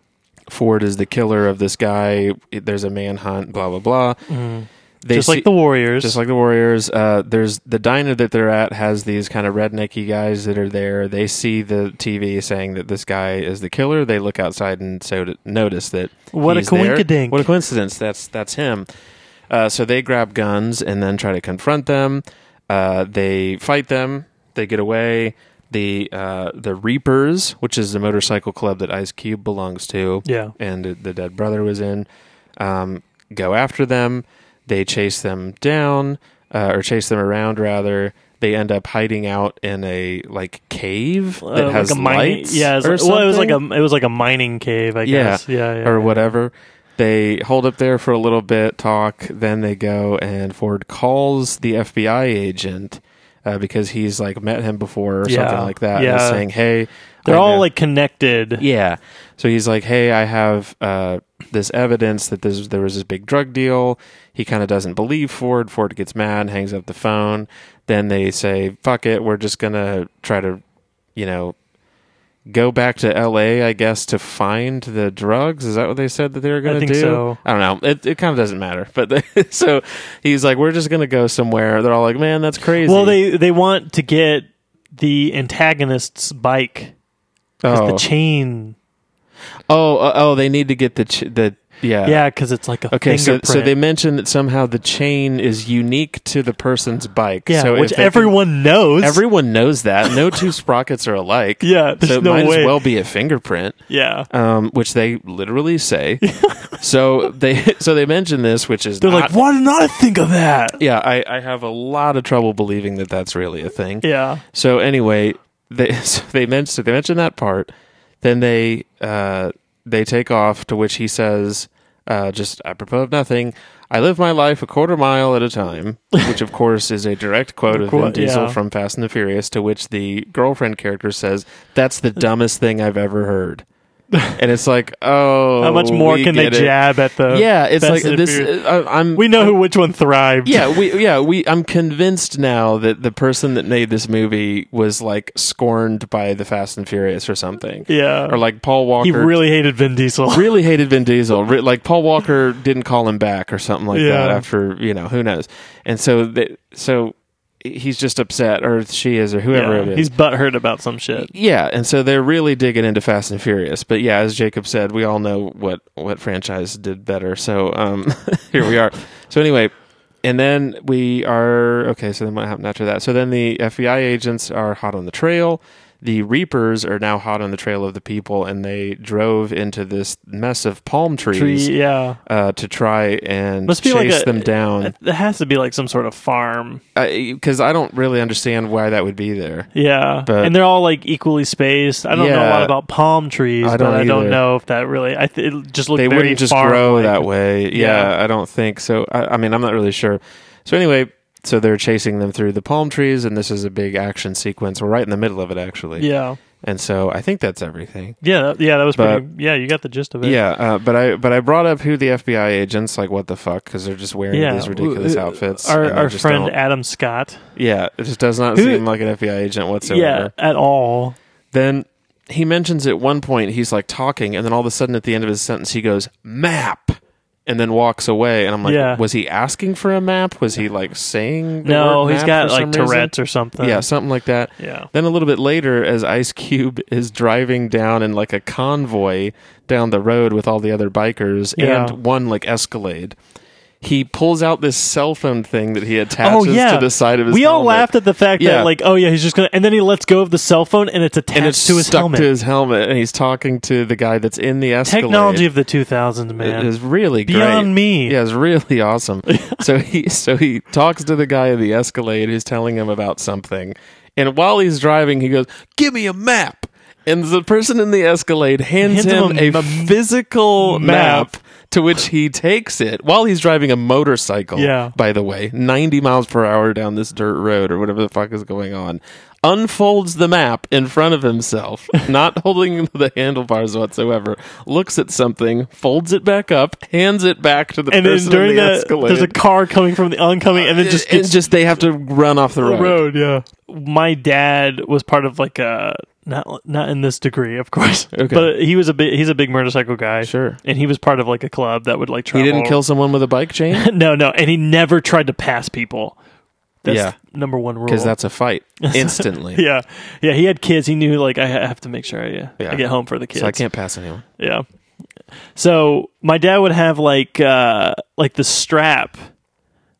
A: Ford is the killer of this guy. It- There's a manhunt. Blah blah blah. They
B: Just
A: see-
B: like the Warriors.
A: Mm. just like the Warriors. Uh, there's the diner that they're at has these kind of rednecky guys that are there. They see the TV saying that this guy is the killer. They look outside and so to notice that
B: What a
A: he's there.
B: coinkydink.
A: What a coincidence. That's that's him. Uh, so they grab guns and then try to confront them. Uh, they fight them. They get away. The uh, the Reapers, which is the motorcycle club that Ice Cube belongs to,
B: yeah.
A: and the dead brother was in, um, go after them. They chase them down, uh, or chase them around rather. They end up hiding out in a like cave that
B: Uh,
A: has
B: like a mining,
A: lights.
B: yeah, it's
A: or
B: like- well, it was like
A: something,
B: a it was like a mining cave, I
A: Yeah,
B: guess. Yeah, yeah,
A: or
B: yeah.
A: whatever. They hold up there for a little bit, talk. Then they go, and Ford calls the FBI agent uh, because he's like met him before or something
B: Yeah,
A: like that. And is
B: yeah.
A: saying, "Hey,
B: They're
A: I
B: all
A: know-
B: like connected.
A: yeah. So he's like, "Hey, I have uh, this evidence that this, there was this big drug deal." He kind of doesn't believe Ford. Ford gets mad, hangs up the phone. Then they say, "Fuck it, we're just gonna try to, you know, go back to L.A. I guess to find the drugs." Is that what they said that they were gonna
B: think
A: do?
B: so.
A: I don't know. It it kind of doesn't matter. But they, so he's like, "We're just gonna go somewhere." They're all like, "Man, that's crazy."
B: Well, they they want to get the antagonist's bike. 'cause
A: oh uh,
B: The chain
A: oh oh, oh, they need to get the ch- the Yeah.
B: yeah, because it's like a
A: Okay, so,
B: fingerprint.
A: so they mentioned that somehow the chain is unique to the person's bike.
B: yeah,
A: so if
B: which
A: they can-
B: everyone knows.
A: everyone knows that. No two sprockets are alike.
B: Yeah, there's
A: so it
B: no
A: might
B: way.
A: as well be a fingerprint.
B: yeah,
A: um, which they literally say. so they so they mention this, which is
B: they're
A: not,
B: like, why didn't I think of that?
A: Yeah, I, I have a lot of trouble believing that that's really a thing.
B: Yeah,
A: So anyway, they so they mention so they mention that part. Then they uh, they take off, to which he says, uh, just apropos of nothing. I live my life a quarter mile at a time, which of course is a direct quote of Vin
B: Quote,
A: Diesel
B: yeah.
A: from Fast and the Furious, to which the girlfriend character says, "That's the dumbest thing I've ever heard." And it's like, oh,
B: how much more
A: we
B: can they
A: get it.
B: jab at the?
A: Yeah, it's
B: Fast
A: like
B: and the
A: this.
B: Furious?
A: uh, I- I'm
B: we know who which one thrived.
A: yeah, we yeah, we I'm convinced now that the person that made this movie was like scorned by the Fast and Furious or something.
B: yeah.
A: Or like Paul Walker
B: he really hated Vin Diesel.
A: really hated Vin Diesel. Re- like Paul Walker didn't call him back or something like that
B: Yeah.
A: after, you know, who knows. And so they, so he's just upset or she is or whoever
B: yeah,
A: it is.
B: he's butthurt about some shit.
A: Uh, Yeah, and so they're really digging into Fast and Furious. But yeah, as Jacob said, we all know what what franchise did better. So um, here we are. So anyway, and then we are okay. So then what happened after that? So then the FBI agents are hot on the trail. The Reapers are now hot on the trail of the people, and they drove into this mess of palm
B: Tree,
A: trees
B: yeah.
A: uh, to try and
B: Must
A: chase
B: be like a-
A: them down.
B: It has to be like some sort of farm.
A: Because I don't really understand why that would be there.
B: Yeah.
A: But-
B: and they're all like equally spaced. I don't know a
A: Yeah.
B: lot about palm trees,
A: I
B: but
A: don't
B: I
A: either.
B: don't know if that really I th- it just looked
A: they
B: very
A: wouldn't just
B: farm-like.
A: grow that way. Yeah,
B: Yeah.
A: I don't think so. I, I mean, I'm not really sure. So anyway, so they're chasing them through the palm trees, and this is a big action sequence. We're right in the middle of it, actually.
B: Yeah.
A: And so I think that's everything.
B: Yeah, that, yeah, that was
A: But-
B: pretty Yeah, you got the gist of it.
A: Yeah, uh, but I but I brought up who the FBI agents like. What the fuck? Because they're just wearing
B: Yeah.
A: these ridiculous
B: Uh,
A: outfits.
B: Our
A: and they
B: our
A: just
B: friend
A: don't-
B: Adam Scott.
A: yeah, it just does not
B: Who-
A: seem like an FBI agent whatsoever.
B: yeah, at all.
A: Then he mentions at one point he's like talking, and then all of a sudden at the end of his sentence he goes map, and then walks away. And I'm like,
B: Yeah.
A: was he asking for a map? Was he like saying? the
B: No,
A: word
B: he's
A: map
B: got
A: for
B: like
A: some reason?
B: Tourette's or something.
A: Yeah, something like that.
B: Yeah.
A: Then a little bit later, as Ice Cube is driving down in like a convoy down the road with all the other bikers
B: Yeah.
A: and one like Escalade, he pulls out this cell phone thing that he attaches to the side of his.
B: Oh, We all
A: helmet.
B: laughed at the fact
A: Yeah.
B: that like, oh yeah, he's just gonna, and then he lets go of the cell phone and it's attached
A: and it's
B: to his
A: stuck
B: helmet.
A: to his helmet, and he's talking to the guy that's in the Escalade.
B: Technology of the 2000s,
A: It
B: man.
A: is really
B: Beyond
A: great.
B: me.
A: Yeah, it's really awesome. so he so he talks to the guy in the Escalade who's telling him about something, and while he's driving, he goes, "Give me a map." And the person in the Escalade hands,
B: Hands him
A: him,
B: a
A: a,
B: m-
A: physical map.
B: map.
A: to which he takes it while he's driving a motorcycle.
B: Yeah.
A: By the way, ninety miles per hour down this dirt road or whatever the fuck is going on. Unfolds the map in front of himself, not holding the handlebars whatsoever. Looks at something, folds it back up, hands it back to the
B: and then
A: person
B: during
A: in the
B: that,
A: Escalade. Uh,
B: there's a car coming from the oncoming, and then just
A: And
B: gets
A: just they have to run off the
B: the
A: road.
B: road. Yeah, my dad was part of like a not not in this degree, of course,
A: Okay.
B: but he was a big he's a big motorcycle guy.
A: Sure.
B: and he was part of like a club that would like
A: He
B: travel.
A: didn't kill someone with a bike chain
B: no, no, and he never tried to pass people. That's
A: Yeah.
B: number one rule.
A: because that's a fight instantly.
B: yeah, yeah. He had kids. He knew like I ha- have to make sure I, uh,
A: Yeah.
B: I get home for the kids.
A: So I can't pass anyone.
B: Yeah. So my dad would have like uh like the strap,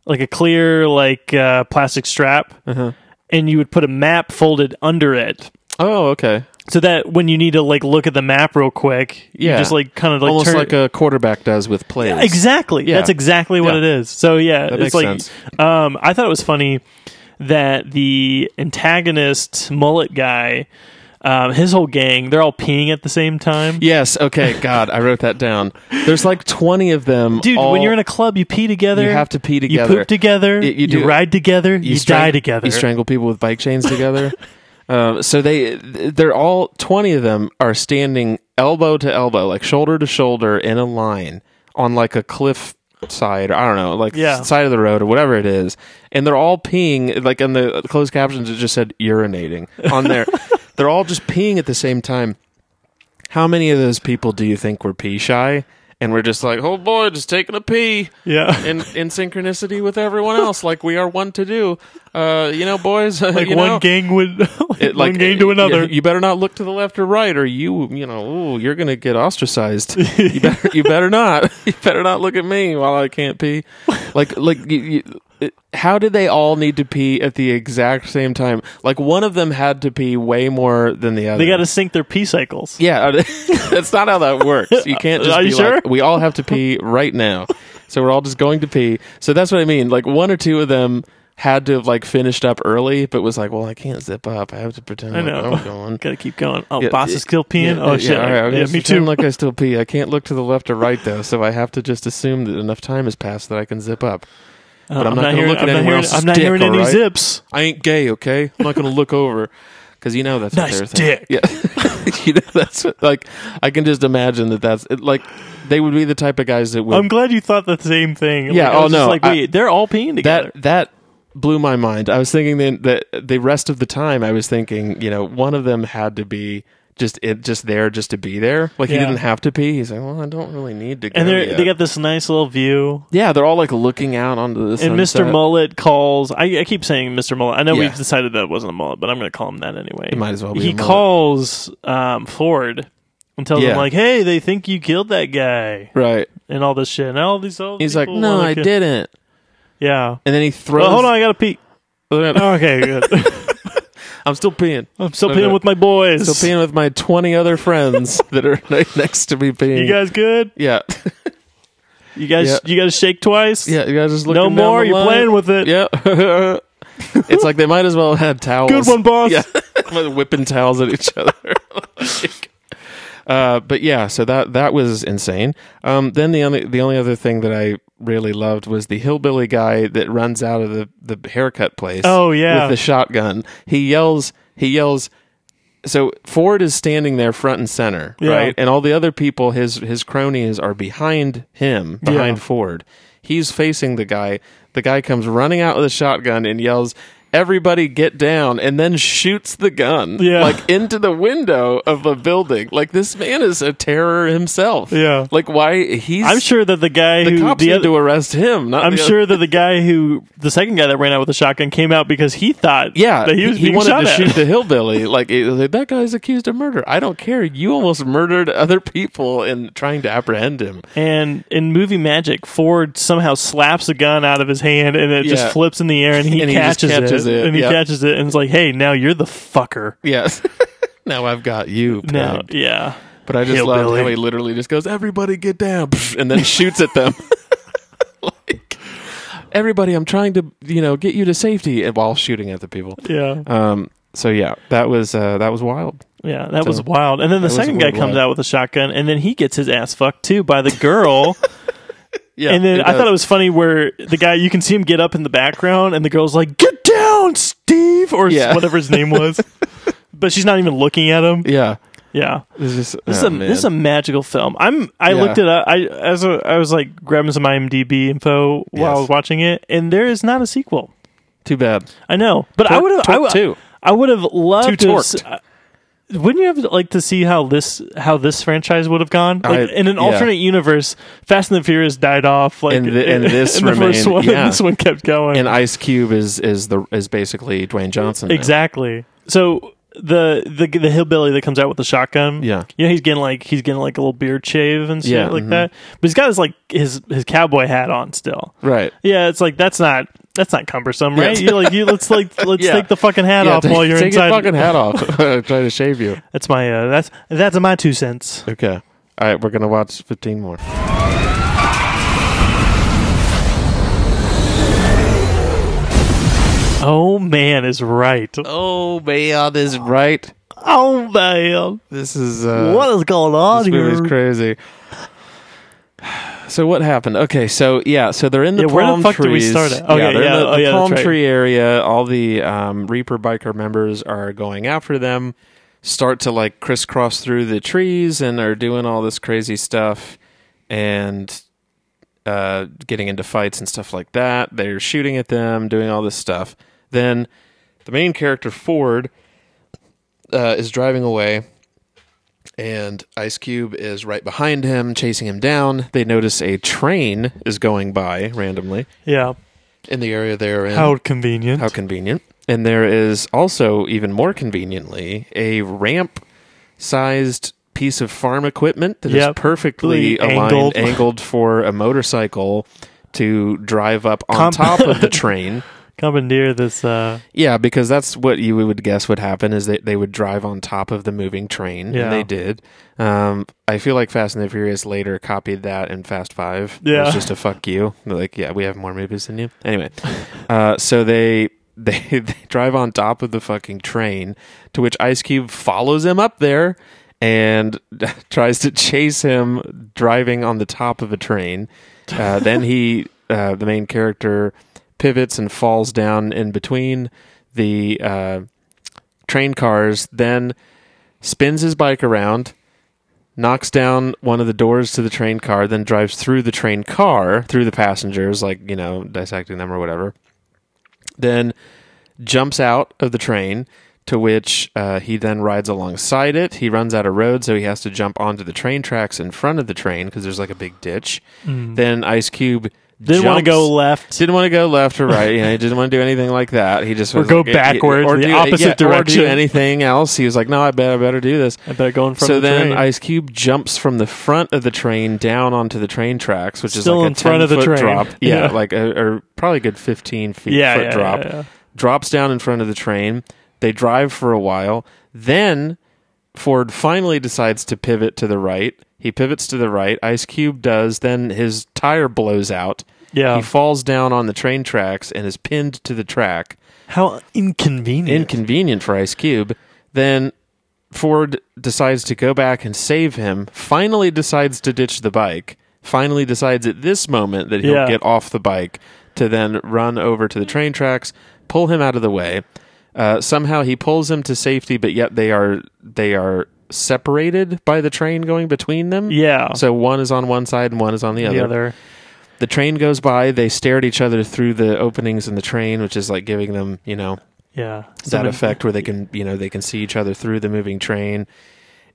B: like a clear like uh, plastic strap,
A: Uh-huh.
B: and you would put a map folded under it.
A: Oh, okay.
B: So that when you need to like look at the map real quick,
A: Yeah.
B: you just like kind of like
A: Almost
B: turn
A: like a quarterback does with plays.
B: Exactly.
A: Yeah.
B: That's exactly what
A: Yeah.
B: it is. So yeah,
A: That makes
B: it's like
A: sense.
B: um I thought it was funny that the antagonist mullet guy um, his whole gang, they're all peeing at the same time.
A: Yes. Okay. God, I wrote that down. There's like 20 of them.
B: Dude,
A: all-
B: when you're in a club, you pee together.
A: You have to pee
B: You
A: together.
B: poop together.
A: It- you
B: you,
A: do-
B: ride together. You,
A: strang-
B: die together.
A: You strangle people with bike chains together. um, so they, they're all 20 of them are standing elbow to elbow, like shoulder to shoulder, in a line on like a cliff side or I don't know, like
B: Yeah.
A: side of the road or whatever it is, and they're all peeing. Like in the closed captions, it just said urinating on there. they're all just peeing at the same time. How many of those people do you think were pee shy? and we're just like, oh boy, just taking a pee
B: Yeah.
A: in in synchronicity with everyone else, like we are one to do. Uh, you know, boys,
B: like
A: you
B: one
A: know,
B: gang would like,
A: it-
B: one gang to
A: uh,
B: another.
A: You, you better not look to the left or right, or you you know, ooh, you're gonna get ostracized. you better you better not. You better not look at me while I can't pee. Like like you, you, it- how did they all need to pee at the exact same time? Like one of them had to pee way more than the other.
B: They got to sync their pee cycles.
A: Yeah, that's not how that works. You can't just
B: Are
A: be
B: you
A: like,
B: sure?
A: we all have to pee right now. So we're all just going to pee. So that's what I mean. Like one or two of them had to have like finished up early, but was like, well, I can't zip up. I have to pretend
B: I
A: like
B: know.
A: I'm going.
B: Got to keep going. Oh,
A: Yeah,
B: boss
A: yeah,
B: is still peeing.
A: Yeah,
B: oh
A: yeah,
B: shit.
A: all right, I'm
B: yeah,
A: gonna
B: me
A: pretend
B: too.
A: Like I still pee. I can't look to the left or right though, so I have to just assume that enough time has passed that I can zip up.
B: Uh,
A: I'm not gonna
B: hearing,
A: look at
B: I'm not
A: anyone
B: hearing,
A: else's
B: I'm not
A: dick,
B: hearing any
A: alright?
B: zips.
A: I ain't gay, okay? I'm not going to look over because you know that's
B: Nice
A: what they're
B: dick.
A: Thinking. Yeah, you know that's what, like I can just imagine that that's it, like they would be the type of guys that would.
B: I'm glad you thought the same thing.
A: Yeah,
B: Like, I
A: oh,
B: was just
A: no,
B: Like
A: I-
B: wait, they're all peeing together.
A: that that blew my mind. I was thinking then that the rest of the time I was thinking, you know, one of them had to be just it just there just to be there. Like he
B: Yeah.
A: didn't have to pee. He's like, well, I don't really need to. Go
B: and they
A: yet."
B: they got this nice little view.
A: yeah, they're all like looking out onto the
B: And
A: sunset.
B: Mr. Mullet calls. I, I keep saying Mr. Mullet. I know
A: Yeah.
B: we've decided that wasn't a mullet, but I'm going to call him that anyway.
A: It might as well be
B: He
A: a mullet.
B: calls um, Ford and tells
A: Yeah.
B: him like, "Hey, they think you killed that guy,"
A: right?
B: and all this shit. And all these old
A: He's like,
B: people
A: no,
B: wanna
A: I
B: kill-"
A: didn't.
B: Yeah.
A: And then he throws.
B: Well, hold on, I got to pee. Okay, good.
A: I'm still peeing.
B: I'm still
A: Okay.
B: peeing with my boys.
A: Still peeing with my 20 other friends that are right next to me peeing.
B: You guys good?
A: yeah.
B: You guys,
A: Yeah.
B: you guys shake twice.
A: Yeah, you guys just looking
B: No
A: down
B: more.
A: the
B: You're
A: line?
B: playing with it.
A: Yeah. it's like they might as well have had towels.
B: Good one, boss.
A: Yeah. Whipping towels at each other. Like, uh, but yeah, so that that was insane. Um, then the only the only other thing that I really loved was the hillbilly guy that runs out of the, the haircut place.
B: Oh, yeah.
A: with the shotgun. He yells. He yells. So Ford is standing there front and center,
B: Yeah.
A: right? And all the other people, his his cronies, are behind him, behind
B: Yeah.
A: Ford. He's facing the guy. The guy comes running out with a shotgun and yells, "Everybody get down!" and then shoots the gun
B: Yeah.
A: like into the window of a building. Like this man is a terror himself.
B: Yeah.
A: Like why he's
B: I'm sure that the guy
A: the
B: who
A: cops
B: the
A: need
B: other,
A: to arrest him. Not
B: I'm
A: the other-
B: sure that the guy who the second guy that ran out with the shotgun came out because he thought
A: Yeah,
B: that he was being
A: wanted
B: shot
A: to
B: at.
A: shoot the hillbilly. Like, it was like, that guy's accused of murder. I don't care. You almost murdered other people in trying to apprehend him.
B: and in movie magic, Ford somehow slaps a gun out of his hand and it
A: Yeah.
B: just flips in the air and he,
A: And he just
B: catches,
A: catches
B: it,
A: it,
B: and he
A: yeah.
B: catches it and it's like, hey, now you're the fucker.
A: Yes. now I've got you.
B: No,
A: pegged.
B: yeah,
A: but I just love
B: hillbilly.
A: how he literally just goes, "Everybody get down," and then shoots at them. like, everybody, I'm trying to, you know, get you to safety, and while shooting at the people.
B: yeah,
A: Um. So yeah, that was uh, that was wild.
B: yeah. That
A: so-
B: was wild. And then the
A: was a
B: second guy
A: weird
B: comes
A: one.
B: out with a shotgun and then he gets his ass fucked too by the girl.
A: Yeah.
B: And then I thought it was funny where the guy you can see him get up in the background, and the girl's like, "Get down, Steve," or
A: Yeah.
B: whatever his name was. but she's not even looking at him.
A: Yeah.
B: Yeah,
A: This is
B: this
A: oh,
B: is a
A: man.
B: this is a magical film. I'm I
A: Yeah.
B: looked it up. I as a, I was like grabbing some IMDb info while I
A: Yes.
B: was watching it, and there is not a sequel.
A: too bad.
B: I know, but I
A: Torque-
B: would have
A: Torque two.
B: I would have loved
A: Too
B: to. have se-
A: torqued.
B: I- wouldn't you have liked to see how this how this franchise would have gone? Like
A: I-
B: in an
A: yeah.
B: alternate universe, Fast and the Furious died off. Like
A: And the- and this
B: the first
A: remained-
B: one,
A: yeah.
B: this one kept going.
A: And Ice Cube is is the is basically Dwayne Johnson. now.
B: exactly. So the the the hillbilly that comes out with the shotgun.
A: Yeah.
B: you know he's getting like he's getting like a little beard shave and shit
A: Yeah,
B: like
A: mhm.
B: that. But he's got his like his his cowboy hat on still.
A: Right.
B: Yeah, it's like that's not that's not cumbersome, right?
A: Yeah.
B: You like you let's like let's
A: Yeah.
B: take the fucking hat
A: Yeah,
B: off
A: take-
B: while you're
A: take
B: inside.
A: your fucking hat off. Try to shave you.
B: That's my uh, that's that's my two cents.
A: Okay. All right, we're gonna watch fifteen more.
B: Oh man is right.
A: Oh man, is right.
B: Oh man,
A: This is uh,
B: what is going on
A: This
B: here?
A: movie's crazy. So what happened? Okay, so yeah, so they're in the
B: Yeah, where the
A: palm
B: fuck do we
A: trees.
B: start at? Okay,
A: yeah, they're
B: yeah,
A: in the,
B: oh,
A: the
B: yeah, that's
A: palm
B: right.
A: tree area. All the um, Reaper biker members are going after them. Start to like crisscross through the trees and are doing all this crazy stuff and uh, getting into fights and stuff like that. They're shooting at them, doing all this stuff. Then the main character Ford uh, is driving away and Ice Cube is right behind him, chasing him down. They notice a train is going by randomly
B: Yeah.
A: in the area they're in.
B: How convenient.
A: How convenient. And there is also, even more conveniently, a ramp sized piece of farm equipment that is
B: Yep.
A: perfectly
B: Really
A: aligned,
B: angled.
A: angled. for a motorcycle to drive up on
B: Com-
A: top of the train.
B: Commandeer this. Uh,
A: Yeah, because that's what you would guess would happen is that they would drive on top of the moving train.
B: Yeah.
A: And they did. Um, I feel like Fast and the Furious later copied that in Fast Five.
B: Yeah.
A: It's just a fuck you. They're like, yeah, we have more movies than you. Anyway. Uh, so they they they drive on top of the fucking train, to which Ice Cube follows him up there and tries to chase him driving on the top of a train. Uh, then he uh, the main character pivots and falls down in between the uh, train cars. Then spins his bike around. Knocks down one of the doors to the train car, then drives through the train car, through the passengers, like, you know, dissecting them or whatever then jumps out of the train to which uh, he then rides alongside it he runs out of road so he has to jump onto the train tracks in front of the train because there's like a big ditch then ice cube
B: didn't want to
A: jumps-
B: go left.
A: didn't want to go left or right. You know, he didn't want to do anything like that. He just
B: Or
A: was
B: go
A: like,
B: backwards, the opposite
A: or
B: direction.
A: do anything else. He was like, "No, I bet I better do this."
B: I better go in front
A: so
B: of the
A: then
B: train.
A: Ice Cube jumps from the front of the train down onto the train tracks, which
B: Still
A: is like
B: in
A: a 10
B: front of the
A: foot
B: train.
A: drop. Yeah,
B: Yeah.
A: like a, or probably a good fifteen feet
B: Yeah,
A: foot
B: yeah,
A: drop.
B: yeah, yeah.
A: Drops down in front of the train. They drive for a while. Then Ford finally decides to pivot to the right. He pivots to the right. Ice Cube does. Then his tire blows out.
B: Yeah.
A: He falls down on the train tracks and is pinned to the track
B: How inconvenient.
A: inconvenient for Ice Cube. Then Ford decides to go back and save him, finally decides to ditch the bike, finally decides at this moment that he'll
B: Yeah.
A: get off the bike to then run over to the train tracks, pull him out of the way. Uh, somehow he pulls him to safety, but yet they are they are separated by the train going between them.
B: yeah.
A: So one is on one side and one is on the
B: the
A: other.
B: other.
A: The train goes by. They stare at each other through the openings in the train, which is like giving them, you know,
B: Yeah.
A: that
B: Someone-
A: effect where they can you know they can see each other through the moving train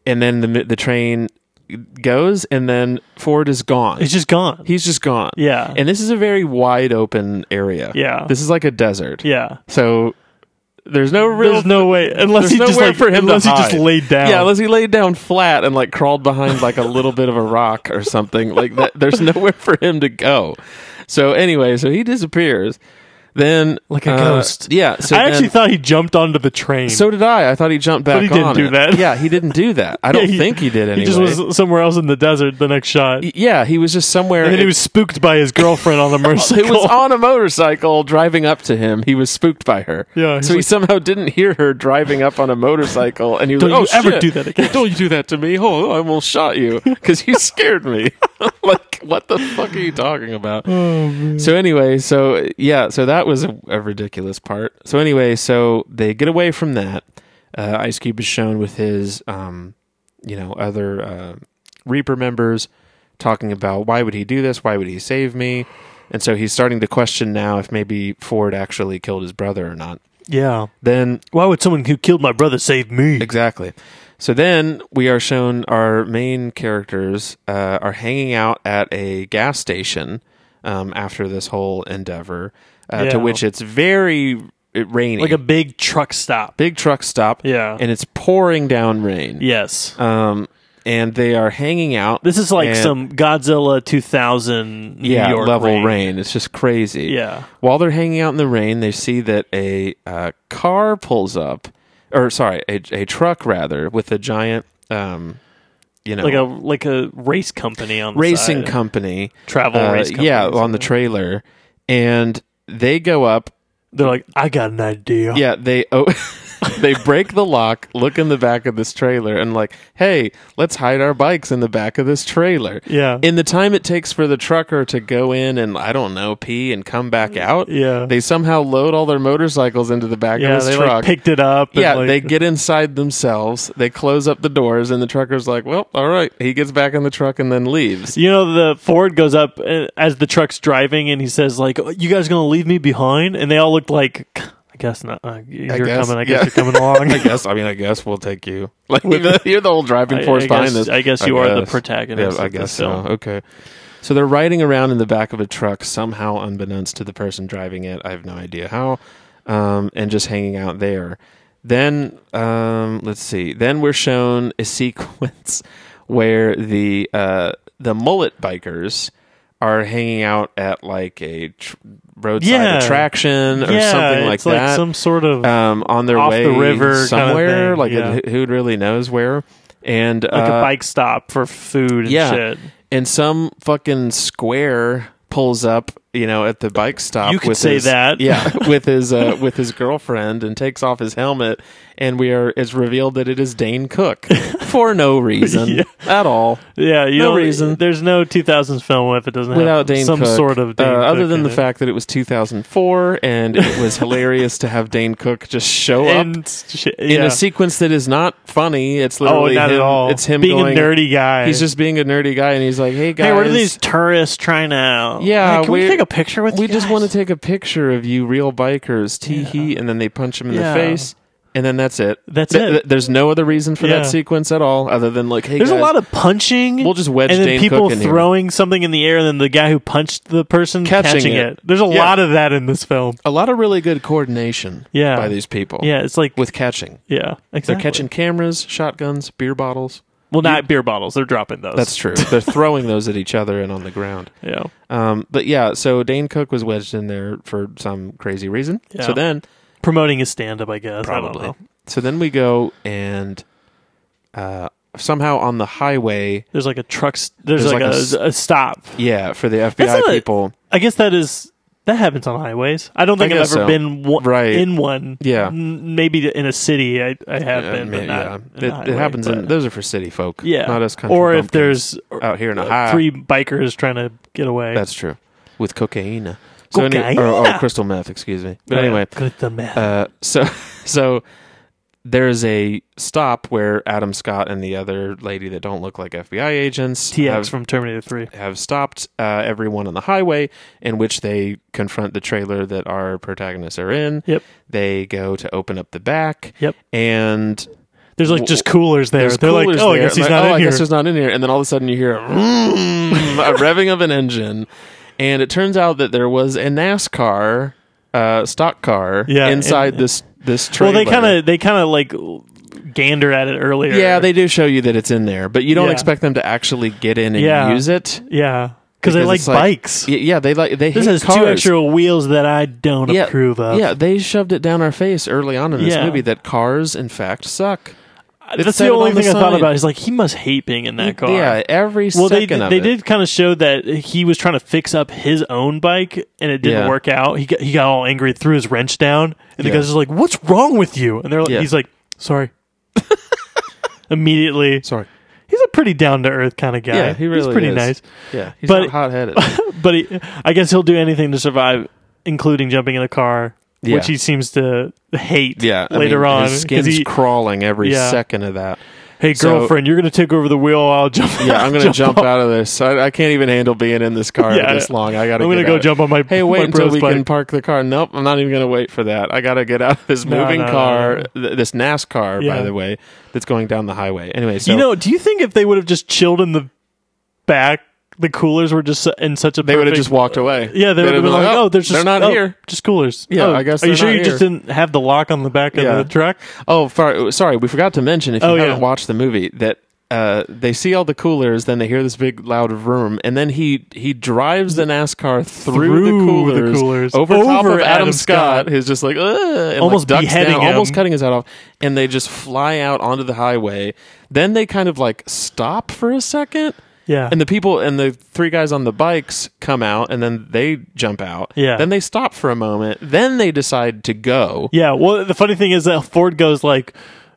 A: and then the mi- the train goes and then Ford is gone.
B: It's just gone.
A: He's just gone.
B: yeah.
A: And this is a very wide open area.
B: Yeah.
A: This is like a desert.
B: yeah.
A: So there's no real
B: There's no way unless
A: there's
B: he just
A: nowhere
B: like
A: for him to
B: unless he just
A: hide.
B: laid down.
A: Yeah, unless he laid down flat and like crawled behind like a little bit of a rock or something. Like that there's nowhere for him to go. So anyway, so he disappears. Then
B: Like a
A: uh,
B: ghost.
A: Yeah. So
B: I actually
A: then-
B: thought he jumped onto the train.
A: so did I. I thought he jumped back
B: he didn't
A: on
B: do
A: it.
B: that.
A: Yeah, he didn't do that. I don't
B: Yeah, he-
A: think he did anyway.
B: he just was somewhere else in the desert. The next shot,
A: Y- yeah, he was just somewhere.
B: and then he was spooked by his girlfriend on the
A: it
B: motorcycle.
A: was on a motorcycle driving up to him. He was spooked by her.
B: Yeah, he's
A: So he
B: like-
A: somehow didn't hear her driving up on a motorcycle, and he was
B: Don't
A: like,
B: you
A: "Oh,
B: ever
A: shit.
B: do that again."
A: Don't you do that to me? Oh, I almost shot you because you scared me. like, what the fuck are you talking about?
B: Oh,
A: So anyway, so yeah, so that was a, a ridiculous part. So anyway, so they get away from that. Uh, Ice Cube is shown with his, um, you know, other uh, Reaper members talking about why would he do this? Why would he save me? And so he's starting to question now if maybe Ford actually killed his brother or not.
B: yeah.
A: Then
B: Why would someone who killed my brother save me?
A: Exactly. So then we are shown our main characters uh, are hanging out at a gas station um, after this whole endeavor, uh,
B: Yeah.
A: to which it's very rainy,
B: Like a big truck stop.
A: big truck stop,
B: Yeah.
A: and it's pouring down rain.
B: Yes.
A: Um, and they are hanging out.
B: This is like
A: and-
B: some Godzilla 2000 New
A: yeah
B: York
A: level
B: rain.
A: rain. It's just crazy.
B: Yeah.
A: While they're hanging out in the rain, they see that a uh, car pulls up, or sorry, a, a truck rather, with a giant, um, you know,
B: Like a like a race company on the
A: racing
B: side.
A: company,
B: travel
A: uh,
B: race company.
A: yeah,
B: or
A: on the
B: something.
A: trailer, and they go up.
B: They're like, I got an idea.
A: Yeah, they oh, they break the lock, look in the back of this trailer, and like, hey, let's hide our bikes in the back of this trailer.
B: Yeah.
A: In the time it takes for the trucker to go in and I don't know pee and come back out,
B: Yeah.
A: they somehow load all their motorcycles into the back
B: yeah,
A: of
B: they
A: his truck.
B: like picked it up. and,
A: Yeah,
B: like-
A: they get inside themselves. They close up the doors, and the trucker's like, "Well, all right." He gets back in the truck and then leaves.
B: You know, the Ford goes up "Oh, uh, as the truck's driving, and he says, "Like, you guys gonna leave me behind?" And they all look like, I guess not. Uh, you're
A: guess,
B: coming. I
A: yeah.
B: guess you're coming along.
A: I guess. I mean, I guess we'll take you. Like you're the whole driving
B: I-
A: force
B: I
A: behind
B: guess-
A: this.
B: I guess you are the
A: guess.
B: protagonist
A: Yeah, I
B: of this
A: guess so.
B: film.
A: Okay. So they're riding around in the back of a truck, somehow unbeknownst to the person driving it. I have no idea how, um, and just hanging out there. Then um, let's see. Then we're shown a sequence where the uh, the mullet bikers are hanging out at like a tr- roadside
B: Yeah.
A: attraction or
B: yeah,
A: something like
B: it's like
A: that
B: some sort of
A: um, on their
B: off
A: way
B: the river kind of
A: somewhere,
B: thing,
A: like
B: yeah.
A: who- who really knows where, and
B: like
A: uh,
B: a bike stop for food and
A: yeah.
B: shit.
A: and some fucking square pulls up, you know, at the bike stop.
B: You could
A: with
B: say
A: his-
B: that.
A: yeah, with his uh, with his girlfriend, and takes off his helmet, and we are it's revealed that it is Dane Cook for no reason
B: Yeah.
A: at all.
B: Yeah, you
A: No
B: don't-
A: reason.
B: There's no 2000s film if it doesn't
A: Without
B: have
A: Dane
B: some
A: Cook,
B: sort of
A: uh,
B: Dane Cook
A: other than
B: in
A: the
B: it.
A: fact that it was 2004 and it was hilarious to have Dane Cook just show up
B: and shit, yeah.
A: in a sequence that is not funny. It's
B: oh,
A: literally
B: not
A: him,
B: at all.
A: It's him
B: being
A: going,
B: a nerdy guy.
A: He's just being a nerdy guy, and he's like, "Hey guys,
B: hey, what are these tourists trying out?
A: Yeah,
B: Hey, can we
A: we're-
B: take a picture with?
A: we
B: you
A: just
B: guys?
A: want to take a picture of you, real bikers." Tee hee, and then they punch him in
B: Yeah.
A: the face, and then that's it.
B: That's
A: Th-
B: it.
A: th- there's no other reason for
B: Yeah.
A: that sequence at all, other than like, "Hey,
B: There's
A: guys,
B: a lot of punching.
A: We'll just wedge
B: and then
A: Dane
B: people
A: Cook in here.
B: throwing something in the air, and then the guy who punched the person
A: Catching
B: catching,
A: it.
B: it. There's a
A: Yeah.
B: lot of that in this film.
A: a lot of really good coordination."
B: Yeah.
A: by these people.
B: Yeah, it's like
A: with catching.
B: yeah, exactly.
A: They're catching cameras, shotguns, beer bottles.
B: well, not beer bottles. They're dropping those.
A: That's true. They're throwing those at each other and on the ground.
B: yeah.
A: Um, but yeah, so Dane Cook was wedged in there for some crazy reason.
B: Yeah.
A: So then
B: Promoting his stand up, I guess. I
A: probably.
B: don't know.
A: So then we go and uh, somehow on the highway,
B: There's like a truck. s- There's,
A: There's
B: like,
A: like a
B: a,
A: s-
B: a, stop.
A: yeah, for the
B: That's
A: FBI
B: not a-
A: people.
B: I guess that is that happens on highways. I don't think
A: I
B: I have
A: guess
B: ever
A: so.
B: been one,
A: Right.
B: in one.
A: Yeah.
B: M- maybe in a city. I, I have
A: Uh,
B: been,
A: ma-
B: but not.
A: yeah.
B: in a
A: It- it,
B: highway,
A: happens. in
B: but-
A: Those are for city folk.
B: yeah,
A: not us. Country
B: Or
A: bumpkins
B: if there's
A: out here in a
B: uh,
A: high,
B: three bikers trying to get away.
A: that's true. With cocaine, so any-
B: Cocaine.
A: or, or crystal meth, excuse me. But
B: Yeah.
A: anyway,
B: good the math.
A: Uh, so so there is a stop where Adam Scott and the other lady that don't look like FBI agents
B: TX
A: have,
B: from Terminator Three.
A: have stopped uh, everyone on the highway, in which they confront the trailer that our protagonists are in.
B: Yep.
A: They go to open up the back.
B: Yep.
A: And
B: There's like just coolers there.
A: there's
B: They're like,
A: coolers
B: oh, I
A: there."
B: guess he's
A: Like,
B: not
A: oh,
B: in
A: I
B: here.
A: guess he's not in here. And then all of a sudden you hear a, vroom, a revving of an engine, and it turns out that there was a NASCAR uh, stock car
B: Yeah,
A: inside
B: and-
A: this this
B: well,
A: trailer.
B: they kind of they kind of like gander at it earlier.
A: yeah, they do show you that it's in there, but you don't
B: Yeah.
A: expect them to actually get in and
B: Yeah.
A: use it.
B: yeah because they like
A: it's like-
B: bikes.
A: Y- Yeah, they like they
B: this
A: hate
B: has two
A: cars.
B: extra wheels that I don't
A: yeah,
B: approve of.
A: Yeah, they shoved it down our face early on in this
B: Yeah.
A: movie that cars, in fact, suck. It
B: that's
A: said
B: the
A: it
B: only
A: on the
B: thing I thought
A: sign.
B: about. Is like he must hate being in that car.
A: Yeah, every
B: Well, they
A: second
B: did,
A: of
B: they
A: it.
B: did kind of show that he was trying to fix up his own bike and it didn't
A: Yeah.
B: work out. He got, he got all angry, threw his wrench down, and the
A: Yeah.
B: guys are like, "What's wrong with you?" And they're like,
A: Yeah.
B: "He's like, sorry." Immediately,
A: Sorry.
B: he's a pretty down to earth kind of guy.
A: Yeah, he really
B: he's pretty
A: is.
B: nice,
A: Yeah, he's
B: But-
A: not hot headed.
B: but he, I guess he'll do anything to survive, including jumping in a car,
A: Yeah.
B: which he seems to hate.
A: yeah, I
B: later
A: mean,
B: on,
A: his
B: 'cause
A: skin's
B: he,
A: crawling every
B: Yeah.
A: second of that.
B: hey
A: so-
B: girlfriend, you're gonna take over the wheel. I'll jump.
A: Yeah, I'm gonna jump,
B: off.
A: out of this. I, I can't even handle being in this car
B: Yeah,
A: this long. I gotta.
B: I'm gonna
A: get
B: go
A: out.
B: jump on my
A: Hey, wait
B: my
A: until
B: bros
A: we
B: bike.
A: can park the car. Nope, I'm not even gonna wait for that. I gotta get out of this
B: No,
A: moving
B: no, no,
A: car,
B: no,
A: th- this NASCAR, by
B: Yeah.
A: the way, that's going down the highway. Anyway, so
B: you know, do you think if they would have just chilled in the back, the coolers were just su- in such a
A: they would have
B: perfect-
A: just walked away.
B: yeah they would have been like oh there's just
A: they're not
B: oh,
A: here.
B: just coolers
A: Yeah,
B: Oh,
A: I guess
B: are you
A: they're
B: sure
A: not
B: you just
A: here.
B: didn't have the lock on the back
A: Yeah.
B: of the truck
A: Oh, far, sorry, we forgot to mention if you
B: Oh,
A: haven't
B: yeah.
A: watched the movie that. Uh, they see all the coolers, then they hear this big loud vroom, and then he he drives the NASCAR through, the,
B: Through the
A: coolers,
B: coolers,
A: over, top
B: over
A: of Adam,
B: Adam
A: Scott,
B: Scott.
A: who's just like Ugh, and
B: Almost
A: like ducks
B: beheading
A: down,
B: him.
A: almost cutting his head off, and they just fly out onto the highway. Then they kind of like stop for a second,
B: yeah
A: and the people and the three guys on the bikes come out, and then they jump out.
B: Yeah.
A: Then they stop for a moment. Then they decide to go.
B: yeah well the funny thing is that ford goes like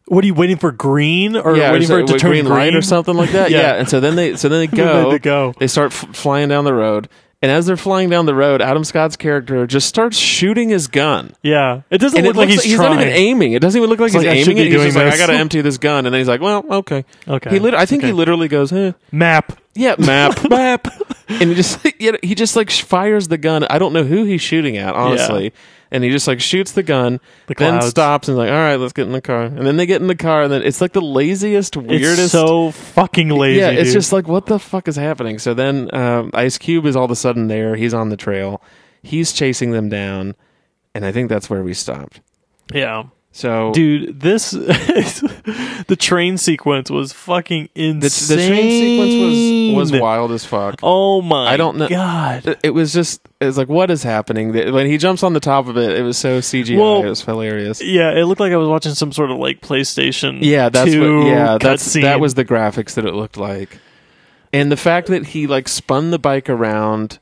B: what are you waiting for green or
A: yeah,
B: waiting
A: so
B: for it to
A: with
B: turn
A: green light or something like that. yeah.
B: Yeah.
A: and so then they so then they
B: Then
A: go.
B: they go.
A: They start f- flying down the road, and as they're flying down the road, Adam Scott's character just starts shooting his gun.
B: yeah it doesn't
A: And
B: look
A: it
B: Oh, like
A: looks
B: he's,
A: like he's
B: trying
A: not even aiming. It doesn't even look like he's
B: like, I should
A: aiming
B: be
A: it. He's
B: doing
A: just like, I
B: this.
A: got to empty this gun, and then he's like, "Well, okay,
B: Okay.
A: He lit- I think he
B: Okay.
A: literally goes, "Huh,
B: map
A: yeah, map, map." and he just like, you know, he just like sh- fires the gun. I don't know who he's shooting at, honestly. And he just like shoots the gun,
B: The
A: then
B: clouds.
A: stops and is like, all right, let's get in the car. And then they get in the car, and then it's like the laziest, weirdest.
B: It's so fucking lazy.
A: yeah, it's
B: dude.
A: just like what the fuck is happening. So then um, Ice Cube is all of a sudden there. He's on the trail. He's chasing them down, and I think that's where we stopped.
B: yeah,
A: So
B: dude. This the train sequence was fucking insane.
A: the, the train sequence was was wild as fuck.
B: Oh my!
A: I don't Uh, know-
B: God.
A: It was just it was like what is happening The- when he jumps on the top of it. It was so CGI.
B: Well,
A: it was hilarious.
B: Yeah, it looked like I was watching some sort of like PlayStation.
A: Yeah, that's
B: 2
A: what. Yeah, that's
B: cutscene.
A: that was the graphics that it looked like, and the fact that he like spun the bike around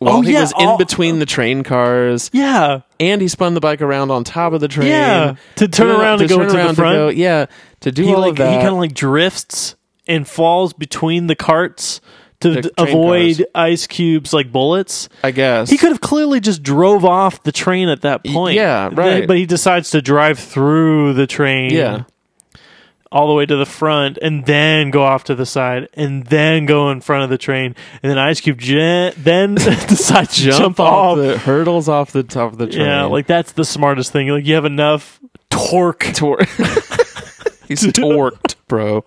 A: while
B: Oh,
A: he
B: yeah,
A: was in
B: all-
A: between the train cars,
B: Yeah,
A: and he spun the bike around on top of the train.
B: Yeah, to turn
A: do-
B: around and go
A: turn
B: to the
A: around
B: front.
A: go- yeah, to do
B: he
A: all
B: like
A: of
B: he
A: that.
B: kind of like drifts and falls between the carts to
A: The
B: d-
A: train
B: avoid
A: cars.
B: Ice Cube's like bullets.
A: I guess
B: He could have clearly just drove off the train at that point.
A: yeah,
B: Th-
A: right.
B: But he decides to drive through the train.
A: Yeah.
B: All the way to the front and then go off to the side and then go in front of the train. And then Ice Cube gen- then decides to jump, off.
A: the hurdles off the top of the train.
B: yeah, like that's the smartest thing. Like you have enough torque.
A: Tor- he's torqued, bro.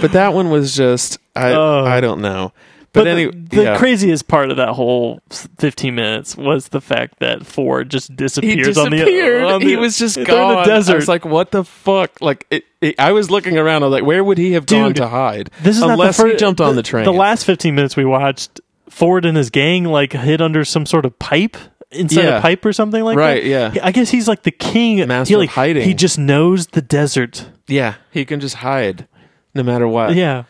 A: But that one was just I
B: Oh.
A: I don't know.
B: But,
A: But, anyway,
B: the, the
A: yeah.
B: craziest part of that whole s- 15 minutes was the fact that Ford just disappears
A: he
B: on the
A: disappeared.
B: on the-
A: he was just
B: they're
A: gone.
B: in the desert.
A: I was like, what the fuck? Like, it, it, I was looking around. I was like, where would he have gone
B: Dude,
A: to hide?
B: this is not the
A: unless he
B: fir-
A: jumped on the train.
B: The last 15 minutes we watched Ford and his gang like hid under some sort of pipe inside
A: Yeah.
B: a pipe or something like
A: Right,
B: that.
A: yeah.
B: He- I guess he's like the king
A: Master
B: he,
A: of
B: like,
A: hiding.
B: He just knows the desert.
A: yeah, he can just hide, no matter what.
B: Yeah.
A: Uh,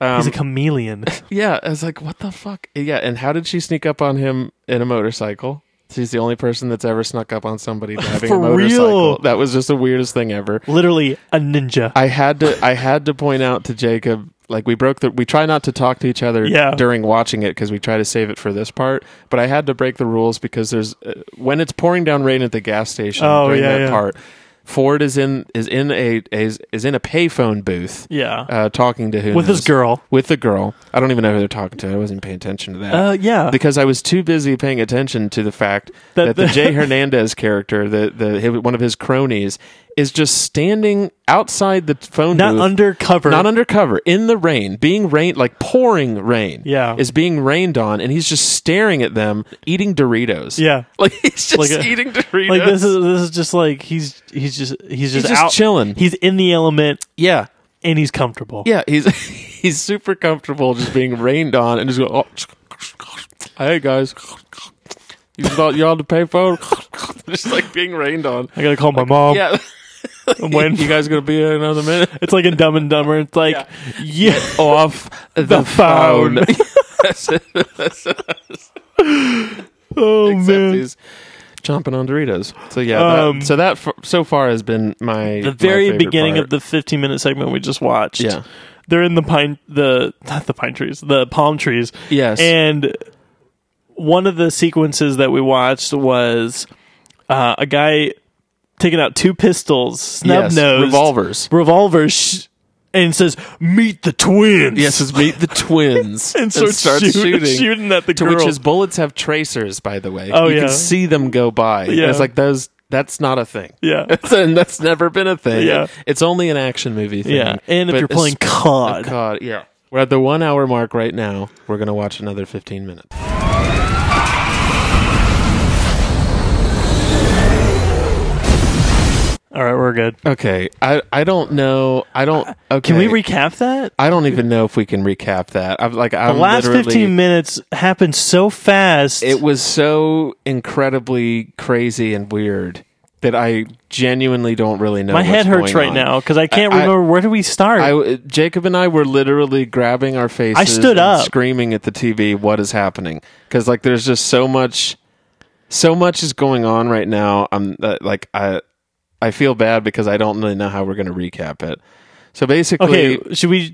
A: Um,
B: He's a chameleon.
A: Yeah, I was like, what the fuck? Yeah, and how did she sneak up on him in a motorcycle? She's the only person that's ever snuck up on somebody driving
B: For
A: a motorcycle.
B: real?
A: That was just the weirdest thing ever.
B: Literally a ninja.
A: I had to I had to point out to Jacob like we broke the we try not to talk to each other
B: Yeah.
A: during watching it because we try to save it for this part but I had to break the rules because there's uh, when it's pouring down rain at the gas station
B: Oh,
A: during
B: yeah,
A: that
B: yeah.
A: part Ford is in is in a is, is in a payphone booth
B: yeah.
A: uh, talking to who
B: With this
A: knows?
B: girl.
A: with the girl I don't even know who they're talking to I wasn't paying attention to that
B: Uh yeah.
A: because I was too busy paying attention to the fact
B: That
A: that, the,
B: the-
A: Jay Hernandez character, the the hi- one of his cronies, is just standing outside the phone
B: not
A: booth,
B: undercover.
A: not undercover, in the rain, being rain like pouring rain,
B: Yeah.
A: is being rained on, and he's just staring at them eating Doritos,
B: yeah.
A: like he's just
B: Like a-
A: eating Doritos,
B: like this is this is just like he's he's just he's just,
A: just
B: out
A: chilling.
B: He's in the element
A: yeah,
B: and he's comfortable.
A: yeah, he's he's super comfortable just being rained on and just going, oh, hey guys. You thought you all to pay for? Just like being rained on.
B: I gotta call my mom.
A: Yeah.
B: I'm waiting.
A: you guys gonna be here another minute?
B: It's like in Dumb and Dumber. It's like yeah,
A: Off the,
B: phone. oh man.
A: He's chomping on Doritos. So yeah,
B: Um,
A: that, so that f- so far has been my
B: the very beginning of the 15 minute segment we just watched.
A: Yeah.
B: They're in the pine the not the pine trees, the palm trees.
A: Yes.
B: And one of the sequences that we watched was uh, a guy taking out two pistols, snub
A: yes,
B: nose
A: revolvers.
B: revolvers sh- and says, "Meet the twins."
A: Yes, it's meet the twins
B: and starts, shoot- shooting, at the
A: To
B: girl.
A: which his bullets have tracers, by the way.
B: Oh,
A: you
B: yeah.
A: can see them go by.
B: Yeah.
A: It's like those. That's not a thing.
B: yeah,
A: and that's never been a thing.
B: Yeah.
A: It's only an action movie thing.
B: yeah. And if
A: But
B: you're playing COD,
A: God, yeah. We're at the one hour mark right now. We're going to watch another 15 minutes.
B: all right, we're good.
A: Okay. I, I don't know. I don't. Okay.
B: Uh, Can we recap that?
A: I don't even know if we can recap that. I'm like,
B: The
A: I'm
B: last
A: literally-
B: 15 minutes happened so fast.
A: It was so incredibly crazy and weird that I genuinely don't really know.
B: my
A: what's
B: head hurts
A: going
B: right
A: on.
B: now because I can't
A: I- I-
B: remember where did we start.
A: I, Jacob and I were literally grabbing our faces.
B: I stood
A: and
B: up.
A: screaming at the TV. What is happening? Because like, there's just so much, so much is going on right now. I'm uh, like, I, I feel bad because I don't really know how we're going to recap it. So basically,
B: okay, should we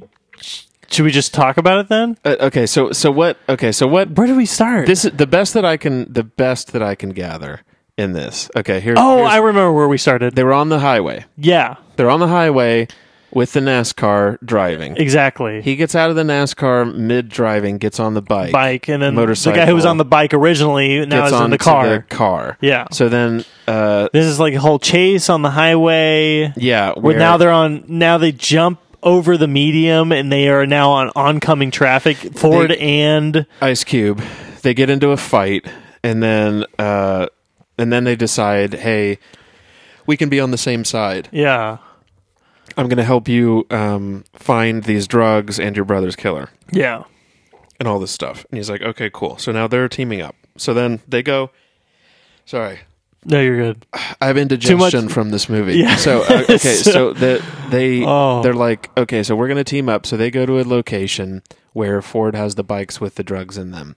B: should we just talk about it then?
A: uh, okay. So so what? Okay, so what?
B: Where do we start?
A: This is the best that I can. The best that I can gather in this. Okay, here.
B: oh,
A: here's-
B: I remember where we started.
A: they were on the highway.
B: yeah,
A: They're on the highway. with the NASCAR driving.
B: Exactly.
A: He gets out of the NASCAR mid driving, gets on the bike,
B: bike and then
A: motorcycle.
B: the guy who was on the bike originally now
A: gets
B: is in
A: on
B: the
A: to
B: car.
A: the car.
B: Yeah.
A: So then, uh,
B: this is like a whole chase on the highway.
A: yeah,
B: Where
A: where-
B: now they're on. Now they jump over the medium and they are now on oncoming traffic, forward and
A: Ice Cube. They get into a fight, and then uh, and then they decide, hey, we can be on the same side.
B: yeah,
A: I'm going to help you um, find these drugs and your brother's killer
B: yeah,
A: and all this stuff. And he's like, okay, cool. So now they're teaming up. So then they go. Sorry,
B: no, you're good.
A: I have
B: much-
A: indigestion from this movie.
B: Yeah.
A: So uh, okay, so, the, they
B: Oh.
A: they're like, okay, so we're gonna team up. So they go to a location where Ford has the bikes with the drugs in them.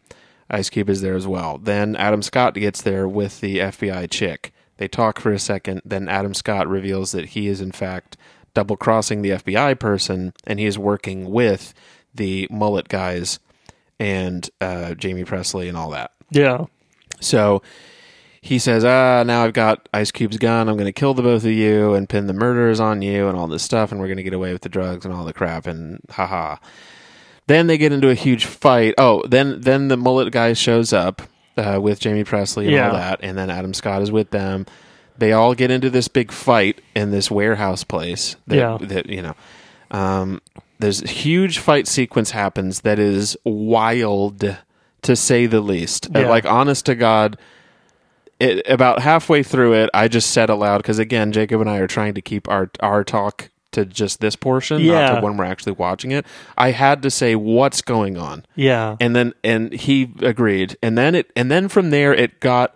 A: Ice Cube is there as well. Then Adam Scott gets there with the FBI chick. They talk for a second. Then Adam Scott reveals that he is in fact double crossing the FBI person, and he is working with the mullet guys and uh, Jamie Presley and all that.
B: Yeah,
A: So he says, "Ah, now I've got Ice Cube's gun. I'm going to kill the both of you and pin the murderers on you and all this stuff, and we're going to get away with the drugs and all the crap." And haha. Then they get into a huge fight. Oh, then then the mullet guy shows up uh, with Jamie Presley and all
B: Yeah.
A: that, and then Adam Scott is with them. They all get into this big fight in this warehouse place. That,
B: Yeah.
A: that you know. Um, there's a huge fight sequence happens that is wild to say the least. Uh,
B: Yeah.
A: Like honest to God, it, about halfway through it, I just said aloud because again, Jacob and I are trying to keep our our talk to just this portion, not
B: Yeah.
A: to when we're actually watching it. I had to say what's going on,
B: yeah,
A: and then and he agreed, and then it and then from there it got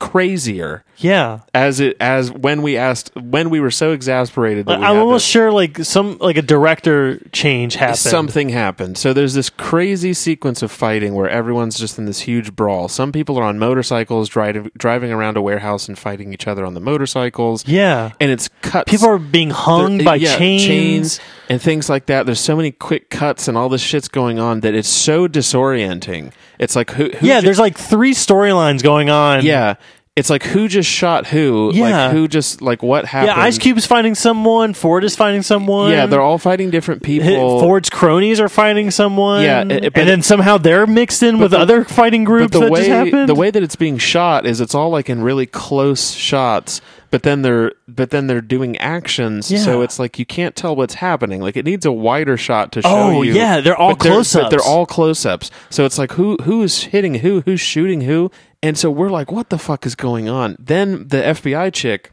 A: crazier
B: yeah.
A: as it as when we asked when we were so exasperated that we
B: I'm
A: had
B: almost
A: to-
B: sure like some like a director change happened.
A: Something happened. So there's this crazy sequence of fighting where everyone's just in this huge brawl. Some people are on motorcycles driving driving around a warehouse and fighting each other on the motorcycles.
B: Yeah,
A: And it's cuts.
B: people are being hung
A: They're-
B: by
A: eh, yeah,
B: chains.
A: and things like that. There's so many quick cuts and all this shit's going on that it's so disorienting. It's like who, who
B: Yeah,
A: ju-
B: there's like three storylines going on.
A: yeah. It's like who just shot who?
B: Yeah.
A: Like who just like what happened?
B: Yeah, Ice Cube's finding someone. Ford is finding someone.
A: Yeah, they're all fighting different
B: Hi-
A: people.
B: Ford's cronies are fighting someone.
A: Yeah, it- it- but-
B: and then somehow they're mixed in with
A: the-
B: other fighting groups
A: but the
B: that
A: way
B: just happened.
A: the way that it's being shot is it's all like in really close shots but then they're but then they're doing actions so
B: Yeah.
A: it's like you can't tell what's happening like it needs a wider shot to show
B: Oh,
A: you
B: yeah, they're all
A: but they're, but
B: close-ups.
A: they're all close-ups so it's like who who is hitting who who's shooting who and so we're like what the fuck is going on then the fbi chick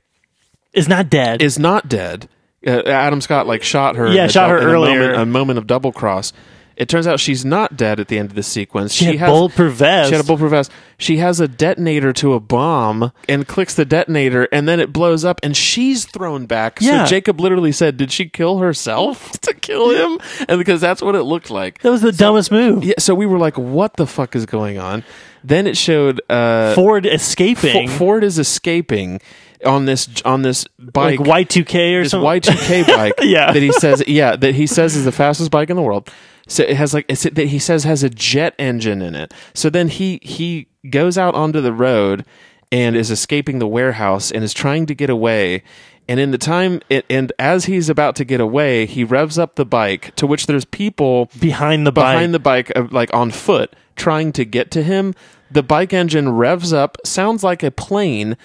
B: is not dead.
A: is not dead uh, adam scott like shot her
B: Yeah,
A: in a
B: shot her
A: in a
B: earlier.
A: moment- a moment of double cross it turns out she's not dead at the end of the sequence
B: she, had bold
A: she had a
B: Pervez.
A: bulletproof vest. She has a detonator to a bomb and clicks the detonator, and then it blows up, and she's thrown back.
B: Yeah.
A: So Jacob literally said, "Did she kill herself to kill him?" And because that's what it looked like.
B: that was the dumbest move.
A: Yeah. So we were like, "What the fuck is going on?" Then it showed uh,
B: Ford escaping,
A: Fo- Ford is escaping on this on this bike.
B: like Y two K or
A: this
B: something.
A: Y two K bike
B: Yeah.
A: that he says yeah that he says is the fastest bike in the world. So it has like it's, that he says has a jet engine in it. So then he he goes out onto the road and is escaping the warehouse and is trying to get away. And in the time it, and as he's about to get away, he revs up the bike to which there's people
B: behind the bike.
A: behind the bike, uh, like on foot, trying to get to him. The bike engine revs up, sounds like a plane,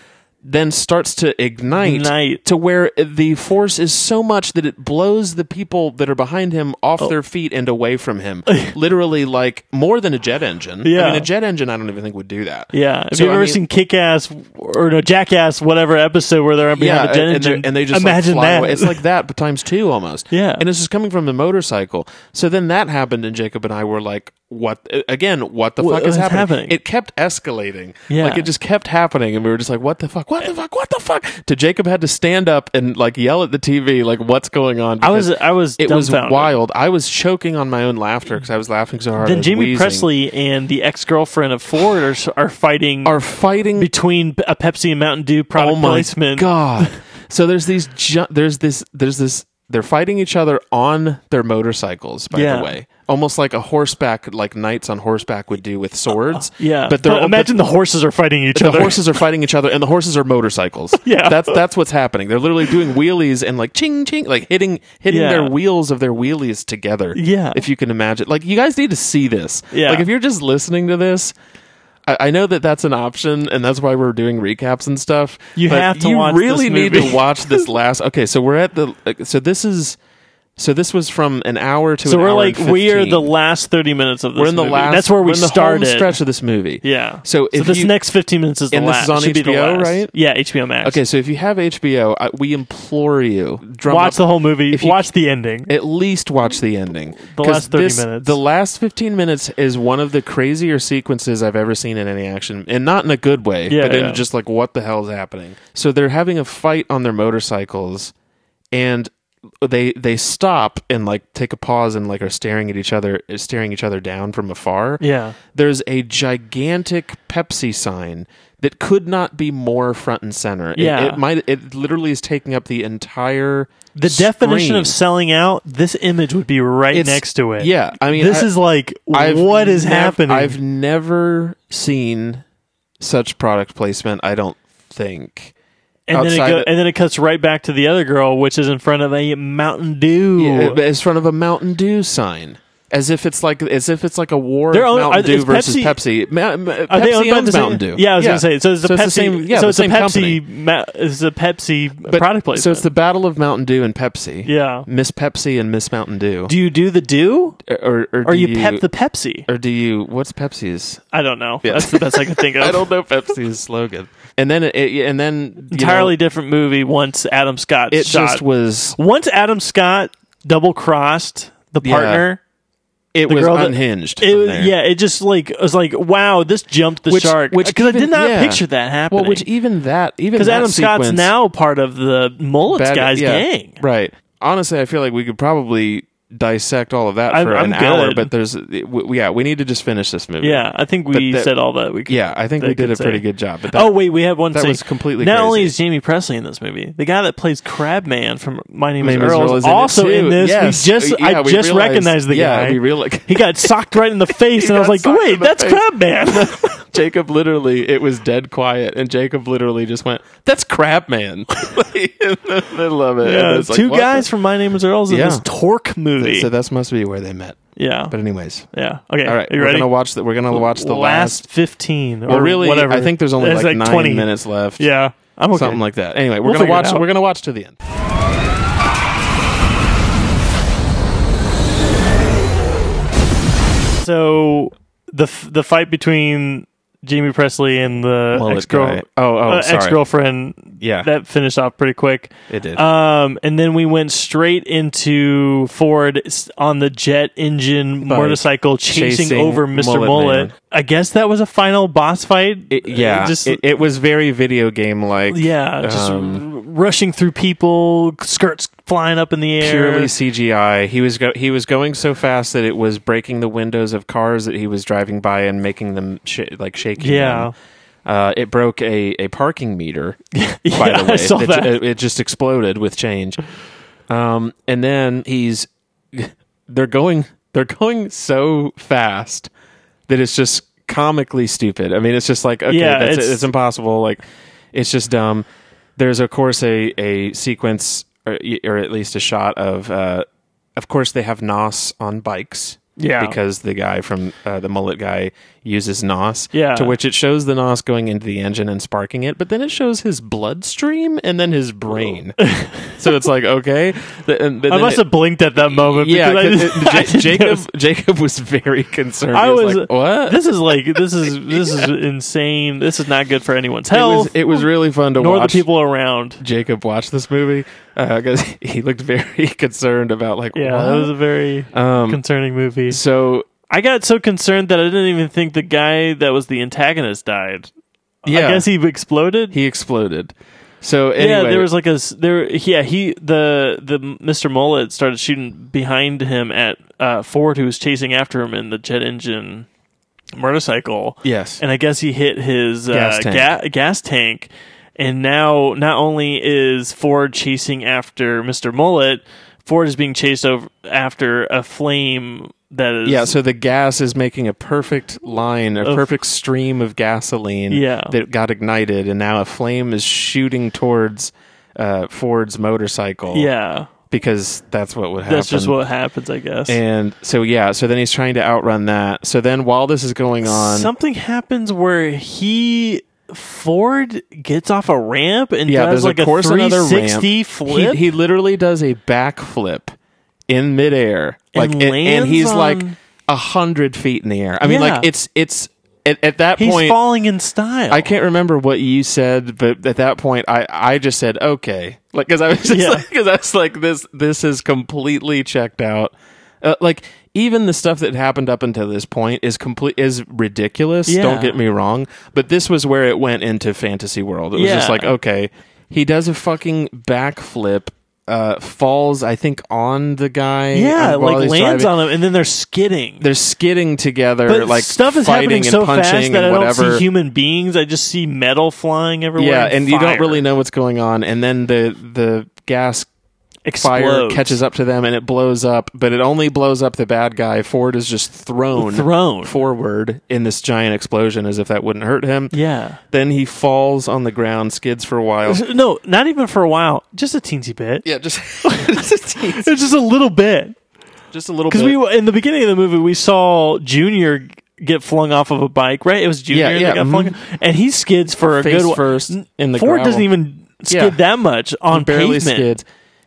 A: then starts to ignite,
B: Ignite.
A: to where the force is so much that it blows the people that are behind him off
B: Oh.
A: their feet and away from him. Literally, like more than a jet engine. I
B: Yeah.
A: mean, a jet engine, I don't even think would do that.
B: yeah, if
A: So,
B: you've
A: I
B: ever
A: mean-
B: seen Kick Ass or no Jackass, whatever episode where they're behind a jet
A: and, and
B: engine,
A: they- and they just
B: imagine
A: like, fly
B: that.
A: Away. It's like that, but times two almost.
B: Yeah.
A: and this is coming from the motorcycle. So then that happened, and Jacob and I were like, "What? Again? What the
B: What
A: fuck is
B: is
A: happening?
B: happening?
A: It kept escalating.
B: Yeah.
A: like it just kept happening, and we were just like, "What the fuck? What the fuck? What the fuck?" To Jacob had to stand up and like yell at the TV, like, "What's going on?"
B: I was
A: Because
B: I was
A: It was
B: dumbfounded.
A: wild. I was choking on my own laughter because I was laughing so hard. I
B: Then
A: was
B: Jamie
A: wheezing.
B: Presley and the ex girlfriend of Ford are, are fighting
A: are fighting
B: between a Pepsi and Mountain Dew product placement.
A: Oh god! so there's these ju- there's this there's this they're fighting each other on their motorcycles. By
B: Yeah.
A: the way, almost like a horseback, like knights on horseback would do with swords.
B: Yeah,
A: but they're all-
B: imagine the horses are fighting each
A: the
B: other.
A: horses are fighting each other, and the horses are motorcycles.
B: Yeah.
A: that's that's what's happening. They're literally doing wheelies and like ching ching, like hitting hitting
B: Yeah.
A: their wheels of their wheelies together.
B: Yeah.
A: if you can imagine. Like you guys need to see this.
B: Yeah.
A: like if you're just listening to this. I I know that that's an option, and that's why we're doing recaps and stuff.
B: You
A: but
B: have to
A: You
B: watch
A: really
B: this
A: need
B: movie.
A: to watch this last. Okay, so we're at the. like, So this is. So this was from an hour to.
B: so
A: an
B: we're
A: hour
B: like
A: and
B: we are
A: 15.
B: the last thirty minutes of this.
A: We're in the
B: movie.
A: last.
B: That's where
A: we're
B: we
A: in the home
B: started.
A: stretch of this movie.
B: Yeah.
A: So if
B: this
A: you-
B: next fifteen minutes is the
A: And this
B: last.
A: is on
B: Should be the
A: HBO,
B: last.
A: right?
B: Yeah, HBO Max.
A: Okay, so if you have HBO, I, we implore you drum
B: watch
A: up-
B: the whole movie.
A: if you-
B: watch the ending.
A: At least watch the ending.
B: The
A: 'Cause
B: last 30
A: this-
B: minutes.
A: The last fifteen minutes is one of the crazier sequences I've ever seen in any action, and not in a good way,
B: Yeah,
A: but
B: yeah.
A: in just like what the hell is happening. So they're having a fight on their motorcycles, and they they stop and like take a pause and like are staring at each other, staring each other down from afar
B: yeah.
A: there's a gigantic Pepsi sign that could not be more front and center. It-
B: Yeah.
A: It, might it literally is taking up the entire
B: The definition of
A: screen.
B: selling out. This image would be right
A: It's-
B: next to it.
A: yeah, I mean,
B: this
A: I-
B: is like
A: I've
B: what is
A: nev-
B: happening.
A: I've never seen such product placement, I don't think.
B: and then it
A: outside
B: go,
A: it-
B: and then it cuts right back to the other girl, which is in front of a Mountain Dew.
A: Yeah, it's front of a Mountain Dew sign. As if it's like as if it's like a war of
B: They're owned-
A: Mountain
B: are-
A: Dew
B: is
A: versus
B: Pepsi-
A: Pepsi. Ma- ma-
B: Are
A: Pepsi
B: they owned by
A: owns
B: the same-
A: Mountain Dew.
B: Yeah, I was gonna say. So it's the Pepsi.
A: the same, yeah,
B: so
A: the
B: it's a
A: same company.
B: Pepsi. Ma- it's a Pepsi product placement.
A: So it's the battle of Mountain Dew and Pepsi.
B: yeah.
A: Miss Pepsi and Miss Mountain Dew.
B: Do you do the do,
A: or or,
B: or
A: do
B: you, pep the Pepsi?
A: or do you what's Pepsi's?
B: I don't know.
A: Yeah.
B: That's the best I can think of.
A: I don't know Pepsi's slogan. And then it, and then you
B: Entirely
A: know,
B: different movie. Once Adam Scott
A: it
B: shot.
A: just was
B: once Adam Scott double crossed the
A: Yeah.
B: partner.
A: it
B: The
A: was
B: girl that-
A: unhinged.
B: It
A: from
B: was,
A: there.
B: yeah, it just like I was like, wow, this jumped the
A: Which-
B: shark.
A: which
B: Because I
A: even-
B: did not
A: yeah.
B: picture that happening.
A: Well, which even that even
B: because
A: that
B: Adam Scott's
A: sequence-
B: now part of the Mullets
A: bad-
B: guys
A: yeah,
B: gang.
A: Right. Honestly, I feel like we could probably dissect all of that
B: I'm-
A: for
B: I'm
A: an hour,
B: good.
A: but there's we, yeah, we need to just finish this movie.
B: Yeah, I think we
A: But that-
B: said all that we could.
A: Yeah, I think
B: They
A: we did
B: could
A: a pretty
B: say.
A: good job. But that,
B: oh wait, we have one.
A: that
B: thing.
A: was completely
B: Not
A: crazy.
B: only is Jamie Presley in this movie, the guy that plays Crabman from My Name,
A: Name
B: is
A: is
B: Earl,
A: Earl
B: is
A: in it
B: also
A: too.
B: in this.
A: Yes.
B: We just
A: Yeah,
B: I
A: we
B: just
A: realized-
B: recognized the
A: yeah,
B: guy.
A: we realized-
B: he got socked right in the face, and I was
A: got
B: like,
A: socked in
B: wait,
A: the
B: that's
A: face.
B: Crabman.
A: Jacob literally, it was dead quiet, and Jacob literally just went, "That's crap, man." like, in the middle of it,
B: Yeah,
A: And it's like,
B: two
A: what
B: guys from My Name Is Earl's in
A: Yeah.
B: this Torque
A: the-
B: movie.
A: So that must be where they met.
B: yeah,
A: But anyways,
B: yeah. Okay,
A: all right,
B: Are you
A: we're
B: ready?
A: gonna watch the we're gonna watch the last.
B: fifteen or
A: well, really,
B: whatever.
A: I think there's only
B: It's
A: like, nine minutes left.
B: Yeah, I'm okay.
A: something like that. Anyway, we're
B: We'll
A: gonna
B: figure it
A: watch.
B: out.
A: We're gonna watch to the end.
B: so. The f- the fight between Jamie Presley and the
A: Mullet
B: ex girl
A: guy. Oh, oh,
B: uh,
A: sorry.
B: ex-girlfriend
A: Yeah.
B: that finished off pretty quick
A: It did.
B: um and then we went straight into ford s- on the jet engine
A: Bike.
B: motorcycle chasing,
A: Chasing
B: over mr mullet,
A: Mullet Man.
B: i guess that was a final boss fight
A: It- yeah,
B: Uh, just
A: it, it was very video game like.
B: yeah just
A: um,
B: r- rushing through people skirts flying up in the air
A: purely CGI. He was go- he was going so fast that it was breaking the windows of cars that he was driving by and making them sh- like shaking.
B: Yeah.
A: them. Uh, it broke a, a parking meter. By
B: Yeah,
A: the way,
B: I saw
A: It-
B: that.
A: It, it just exploded with change. Um, and then he's they're going they're going so fast that it's just comically stupid. I mean, it's just like okay,
B: Yeah,
A: that's
B: it's-
A: it's, it's impossible. Like it's just dumb. There's of course a a sequence or, or at least a shot of uh, of course they have nos on bikes.
B: Yeah.
A: because the guy from uh, the mullet guy uses nos.
B: Yeah.
A: to which it shows the nos going into the engine and sparking it, but then it shows his bloodstream and then his brain. so it's like okay, The- and- and
B: i
A: then
B: must
A: it-
B: have blinked at that moment
A: yeah,
B: because I,
A: 'cause it-
B: I
A: Ja-
B: didn't
A: Jacob.
B: notice.
A: Jacob was very concerned.
B: I
A: I was,
B: was-
A: like, "What?"
B: this is like this is this is insane this is not good for anyone's
A: it was,
B: health
A: it was really fun to
B: nor
A: watch.
B: the people around
A: Jacob watch this movie because he looked very concerned about like,
B: Yeah,
A: what? Um,
B: that was a very concerning movie.
A: so
B: I got so concerned that I didn't even think the guy that was the antagonist died.
A: yeah,
B: I guess he exploded.
A: he exploded. So anyway,
B: yeah, there was like a s- there. Yeah, he the the Mr. Mullet started shooting behind him at uh, Ford, who was chasing after him in the jet engine motorcycle.
A: yes,
B: and I guess he hit his
A: Gas
B: uh,
A: tank.
B: Ga- gas tank. And now, not only is Ford chasing after Mr. Mullet, Ford is being chased over after a flame that is
A: Yeah, so the gas is making a perfect line, a
B: Of-
A: perfect stream of gasoline
B: Yeah.
A: that got ignited, and now a flame is shooting towards uh, Ford's motorcycle.
B: yeah.
A: because that's what would happen.
B: That's just what happens, I guess.
A: And so yeah, so then he's trying to outrun that. So then while this is going on,
B: Something happens where he Ford gets off a ramp and
A: yeah, there's
B: does like
A: of course
B: a
A: another ramp.
B: 360 flip.
A: He, he literally does a backflip in midair, like
B: And
A: and
B: lands
A: he's like
B: on-
A: a hundred feet in the air. I mean,
B: Yeah.
A: like it's it's at, at that
B: He's
A: point.
B: falling in style.
A: I can't remember what you said, but at that point, I, I just said okay, like because I was just
B: Yeah.
A: like because I was like this this is completely checked out, uh, like even the stuff that happened up until this point is complete is ridiculous. Don't
B: Yeah.
A: get me wrong, but this was where it went into fantasy world. It was just
B: Yeah.
A: like okay, he does a fucking backflip, uh, falls I think on the guy,
B: yeah,
A: uh, while
B: like
A: he's
B: lands
A: driving.
B: on him and then they're skidding.
A: They're skidding together,
B: but
A: like
B: stuff is
A: fighting
B: happening
A: and
B: so
A: punching
B: fast
A: and
B: that I don't
A: whatever.
B: see human beings. I just see metal flying everywhere.
A: yeah and you don't
B: fire
A: really know what's going on and then the the gas fire
B: explodes.
A: catches up to them and it blows up but it only blows up the bad guy ford is just thrown
B: Thrown.
A: forward in this giant explosion as if that wouldn't hurt him
B: Yeah.
A: then he falls on the ground skids for a while
B: No, not even for a while. Just a teensy bit.
A: yeah just just, a tease.
B: It's just a little bit.
A: Just a little bit
B: Because we in the beginning of the movie we saw Junior get flung off of a bike, right? It was Junior
A: Yeah,
B: that
A: yeah,
B: got
A: mhm.
B: flung, and he skids for a
A: Face
B: good wa-
A: first in the
B: Ford doesn't
A: gravel.
B: even skid
A: Yeah.
B: that much on
A: barely
B: pavement,
A: skids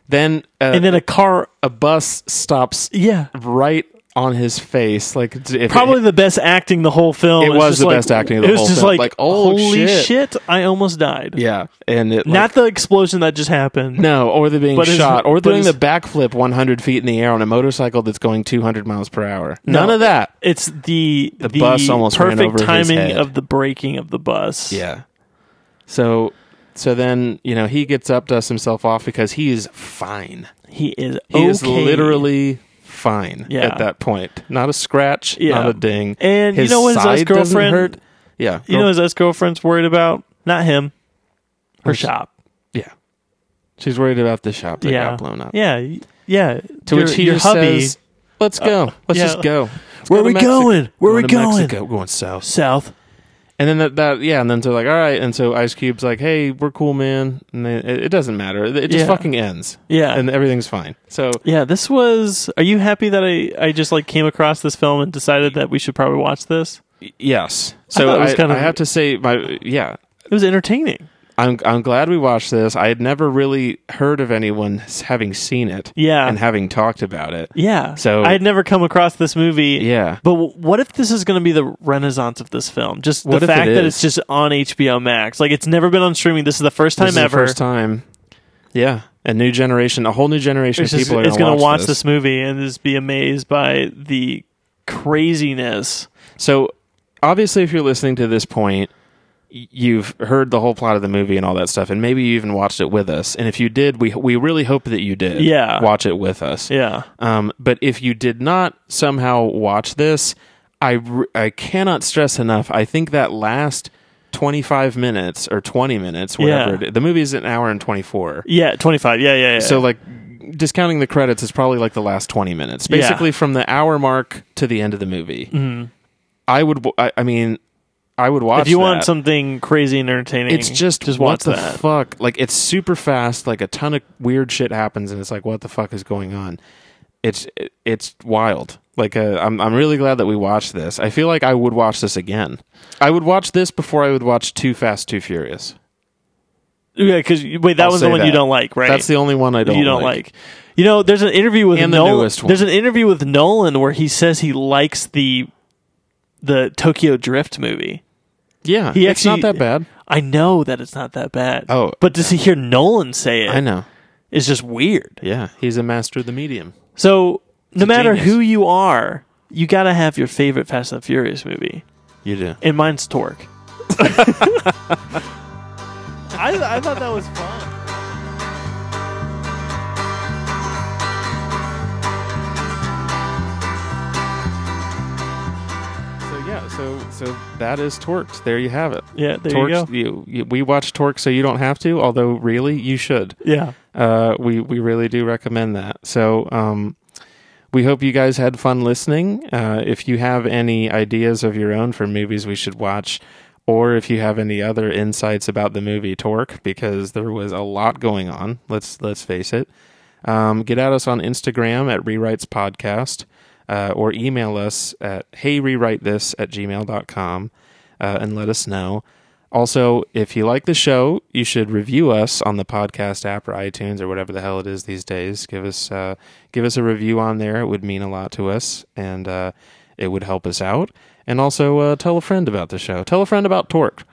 A: then, uh,
B: and then a car.
A: a bus stops
B: Yeah,
A: right on his face like if it-
B: probably the best acting the whole film.
A: It
B: It's
A: was
B: just
A: the
B: like-
A: best acting of the
B: it was
A: whole
B: just
A: film.
B: Like,
A: Like, oh,
B: holy
A: shit.
B: shit. I almost died.
A: yeah and it like,
B: Not the explosion that just happened.
A: No, or the being
B: But his-
A: shot, or
B: but
A: doing
B: his-
A: the backflip 100 feet in the air on a motorcycle that's going 200 miles per hour.
B: No.
A: None of that.
B: It's the the,
A: bus almost ran
B: perfect
A: over his
B: timing
A: head.
B: of the braking of the bus.
A: Yeah. So, so then you know he gets up, dusts himself off because he is fine.
B: he is.
A: He is
B: okay.
A: literally fine
B: Yeah.
A: at that point. Not a scratch.
B: Yeah.
A: Not a ding.
B: And you know what his
A: side doesn't
B: ex-girlfriend-
A: hurt. Yeah.
B: You know, his ex girlfriend's worried about not him, her shop.
A: yeah. She's worried about the shop that
B: yeah,
A: got blown up.
B: Yeah, y- yeah.
A: Oh. To
B: your,
A: which he
B: your
A: just
B: hubby. Uh,
A: says, "Let's go. Let's
B: yeah.
A: just go. Let's go
B: Where
A: to
B: we
A: Mexico.
B: going? Where we
A: to
B: going?"
A: Mexico. We're going south."
B: South.
A: And then that, that yeah, and then so like, all right, and so Ice Cube's like, hey, we're cool, man, and then it, it doesn't matter. It just
B: Yeah.
A: fucking ends,
B: Yeah,
A: and everything's fine. So
B: yeah. This was. Are you happy that I I just like came across this film and decided that we should probably watch this?
A: yes, so
B: thought it was
A: I,
B: kind of-
A: I have to say, my yeah,
B: It was entertaining.
A: I'm I'm glad we watched this. I had never really heard of anyone s- having seen it,
B: Yeah.
A: and having talked about it.
B: Yeah.
A: So-
B: I had never come across this movie.
A: Yeah.
B: But w- what if this is going to be the renaissance of this film? Just
A: What if
B: the
A: it
B: fact that
A: is?
B: it's just on HBO Max. Like it's never been on streaming. This is the first time
A: This is the
B: ever.
A: first time, yeah, a new generation, a whole new generation
B: It's
A: of
B: just-
A: people
B: it's
A: are
B: gonna
A: going to
B: watch this. movie and just be amazed by the craziness.
A: So obviously, if you're listening to this point, y- you've heard the whole plot of the movie and all that stuff, and maybe you even watched it with us. And if you did, we we really hope that you did.
B: Yeah.
A: watch it with us.
B: Yeah.
A: Um, but if you did not somehow watch this, I r- I cannot stress enough. I think that last. 25 minutes or 20 minutes whatever
B: Yeah.
A: it- the movie is an hour and 24
B: Yeah, 25. Yeah, yeah, yeah.
A: so like discounting the credits is probably like the last 20 minutes. Basically from the hour mark to the end of the movie. I would w- I, I mean I would watch
B: Mm-hmm. if you want
A: that.
B: something crazy and entertaining,
A: it's just,
B: just
A: what
B: watch
A: the
B: that.
A: fuck like it's super fast like a ton of weird shit happens and it's like what the fuck is going on it's it- it's wild like uh, I'm I'm really glad that we watched this I feel like I would watch this again I would watch this before I would watch Too Fast Too Furious
B: yeah, because wait, that
A: I'll
B: was the
A: say
B: one you don't like, right?
A: that's the only one I don't
B: you don't like. You know, there's an interview with
A: And the
B: Nolan.
A: newest one.
B: There's an interview with Nolan where he says he likes the the Tokyo Drift movie.
A: yeah
B: He
A: it's not
B: actually-
A: that bad
B: I know that it's not that bad.
A: Oh.
B: but to see hear Nolan say it
A: I know
B: is just weird.
A: yeah he's a master of the medium
B: So no matter
A: genius.
B: who you are, you gotta have your favorite Fast and Furious movie,
A: You do.
B: and mine's Torque. I, I thought that was fun.
A: So yeah, yeah, so so that is Torqued. There you have it.
B: Yeah, there you
A: Torqued,
B: go.
A: you, you- we watch Torque so you don't have to, although really you should.
B: Yeah.
A: Uh, we we really do recommend that. So um, we hope you guys had fun listening. Uh, if you have any ideas of your own for movies we should watch, or if you have any other insights about the movie Torque, because there was a lot going on. Let's let's face it. Um, get at us on Instagram at Rewrites Podcast uh, or email us at heyrewritethis at gmail.com uh, and let us know. Also, if you like the show, you should review us on the podcast app or iTunes or whatever the hell it is these days. Give us uh, give us a review on there; it would mean a lot to us, and uh, it would help us out. And also, uh, tell a friend about the show. Tell a friend about Torque.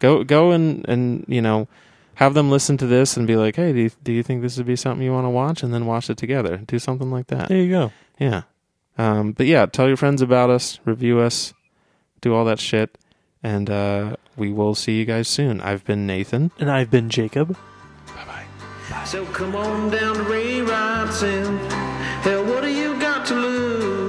A: Go go and and you know have them listen to this and be like, "Hey, do you, do you think this would be something you want to watch?" And then watch it together. Do something like that.
B: There you go.
A: Yeah. Um, but yeah, tell your friends about us, review us, do all that shit, and uh, we will see you guys soon. I've been Nathan.
B: And I've been Jacob.
C: So come on down to rewrites and hell, what do you got to lose?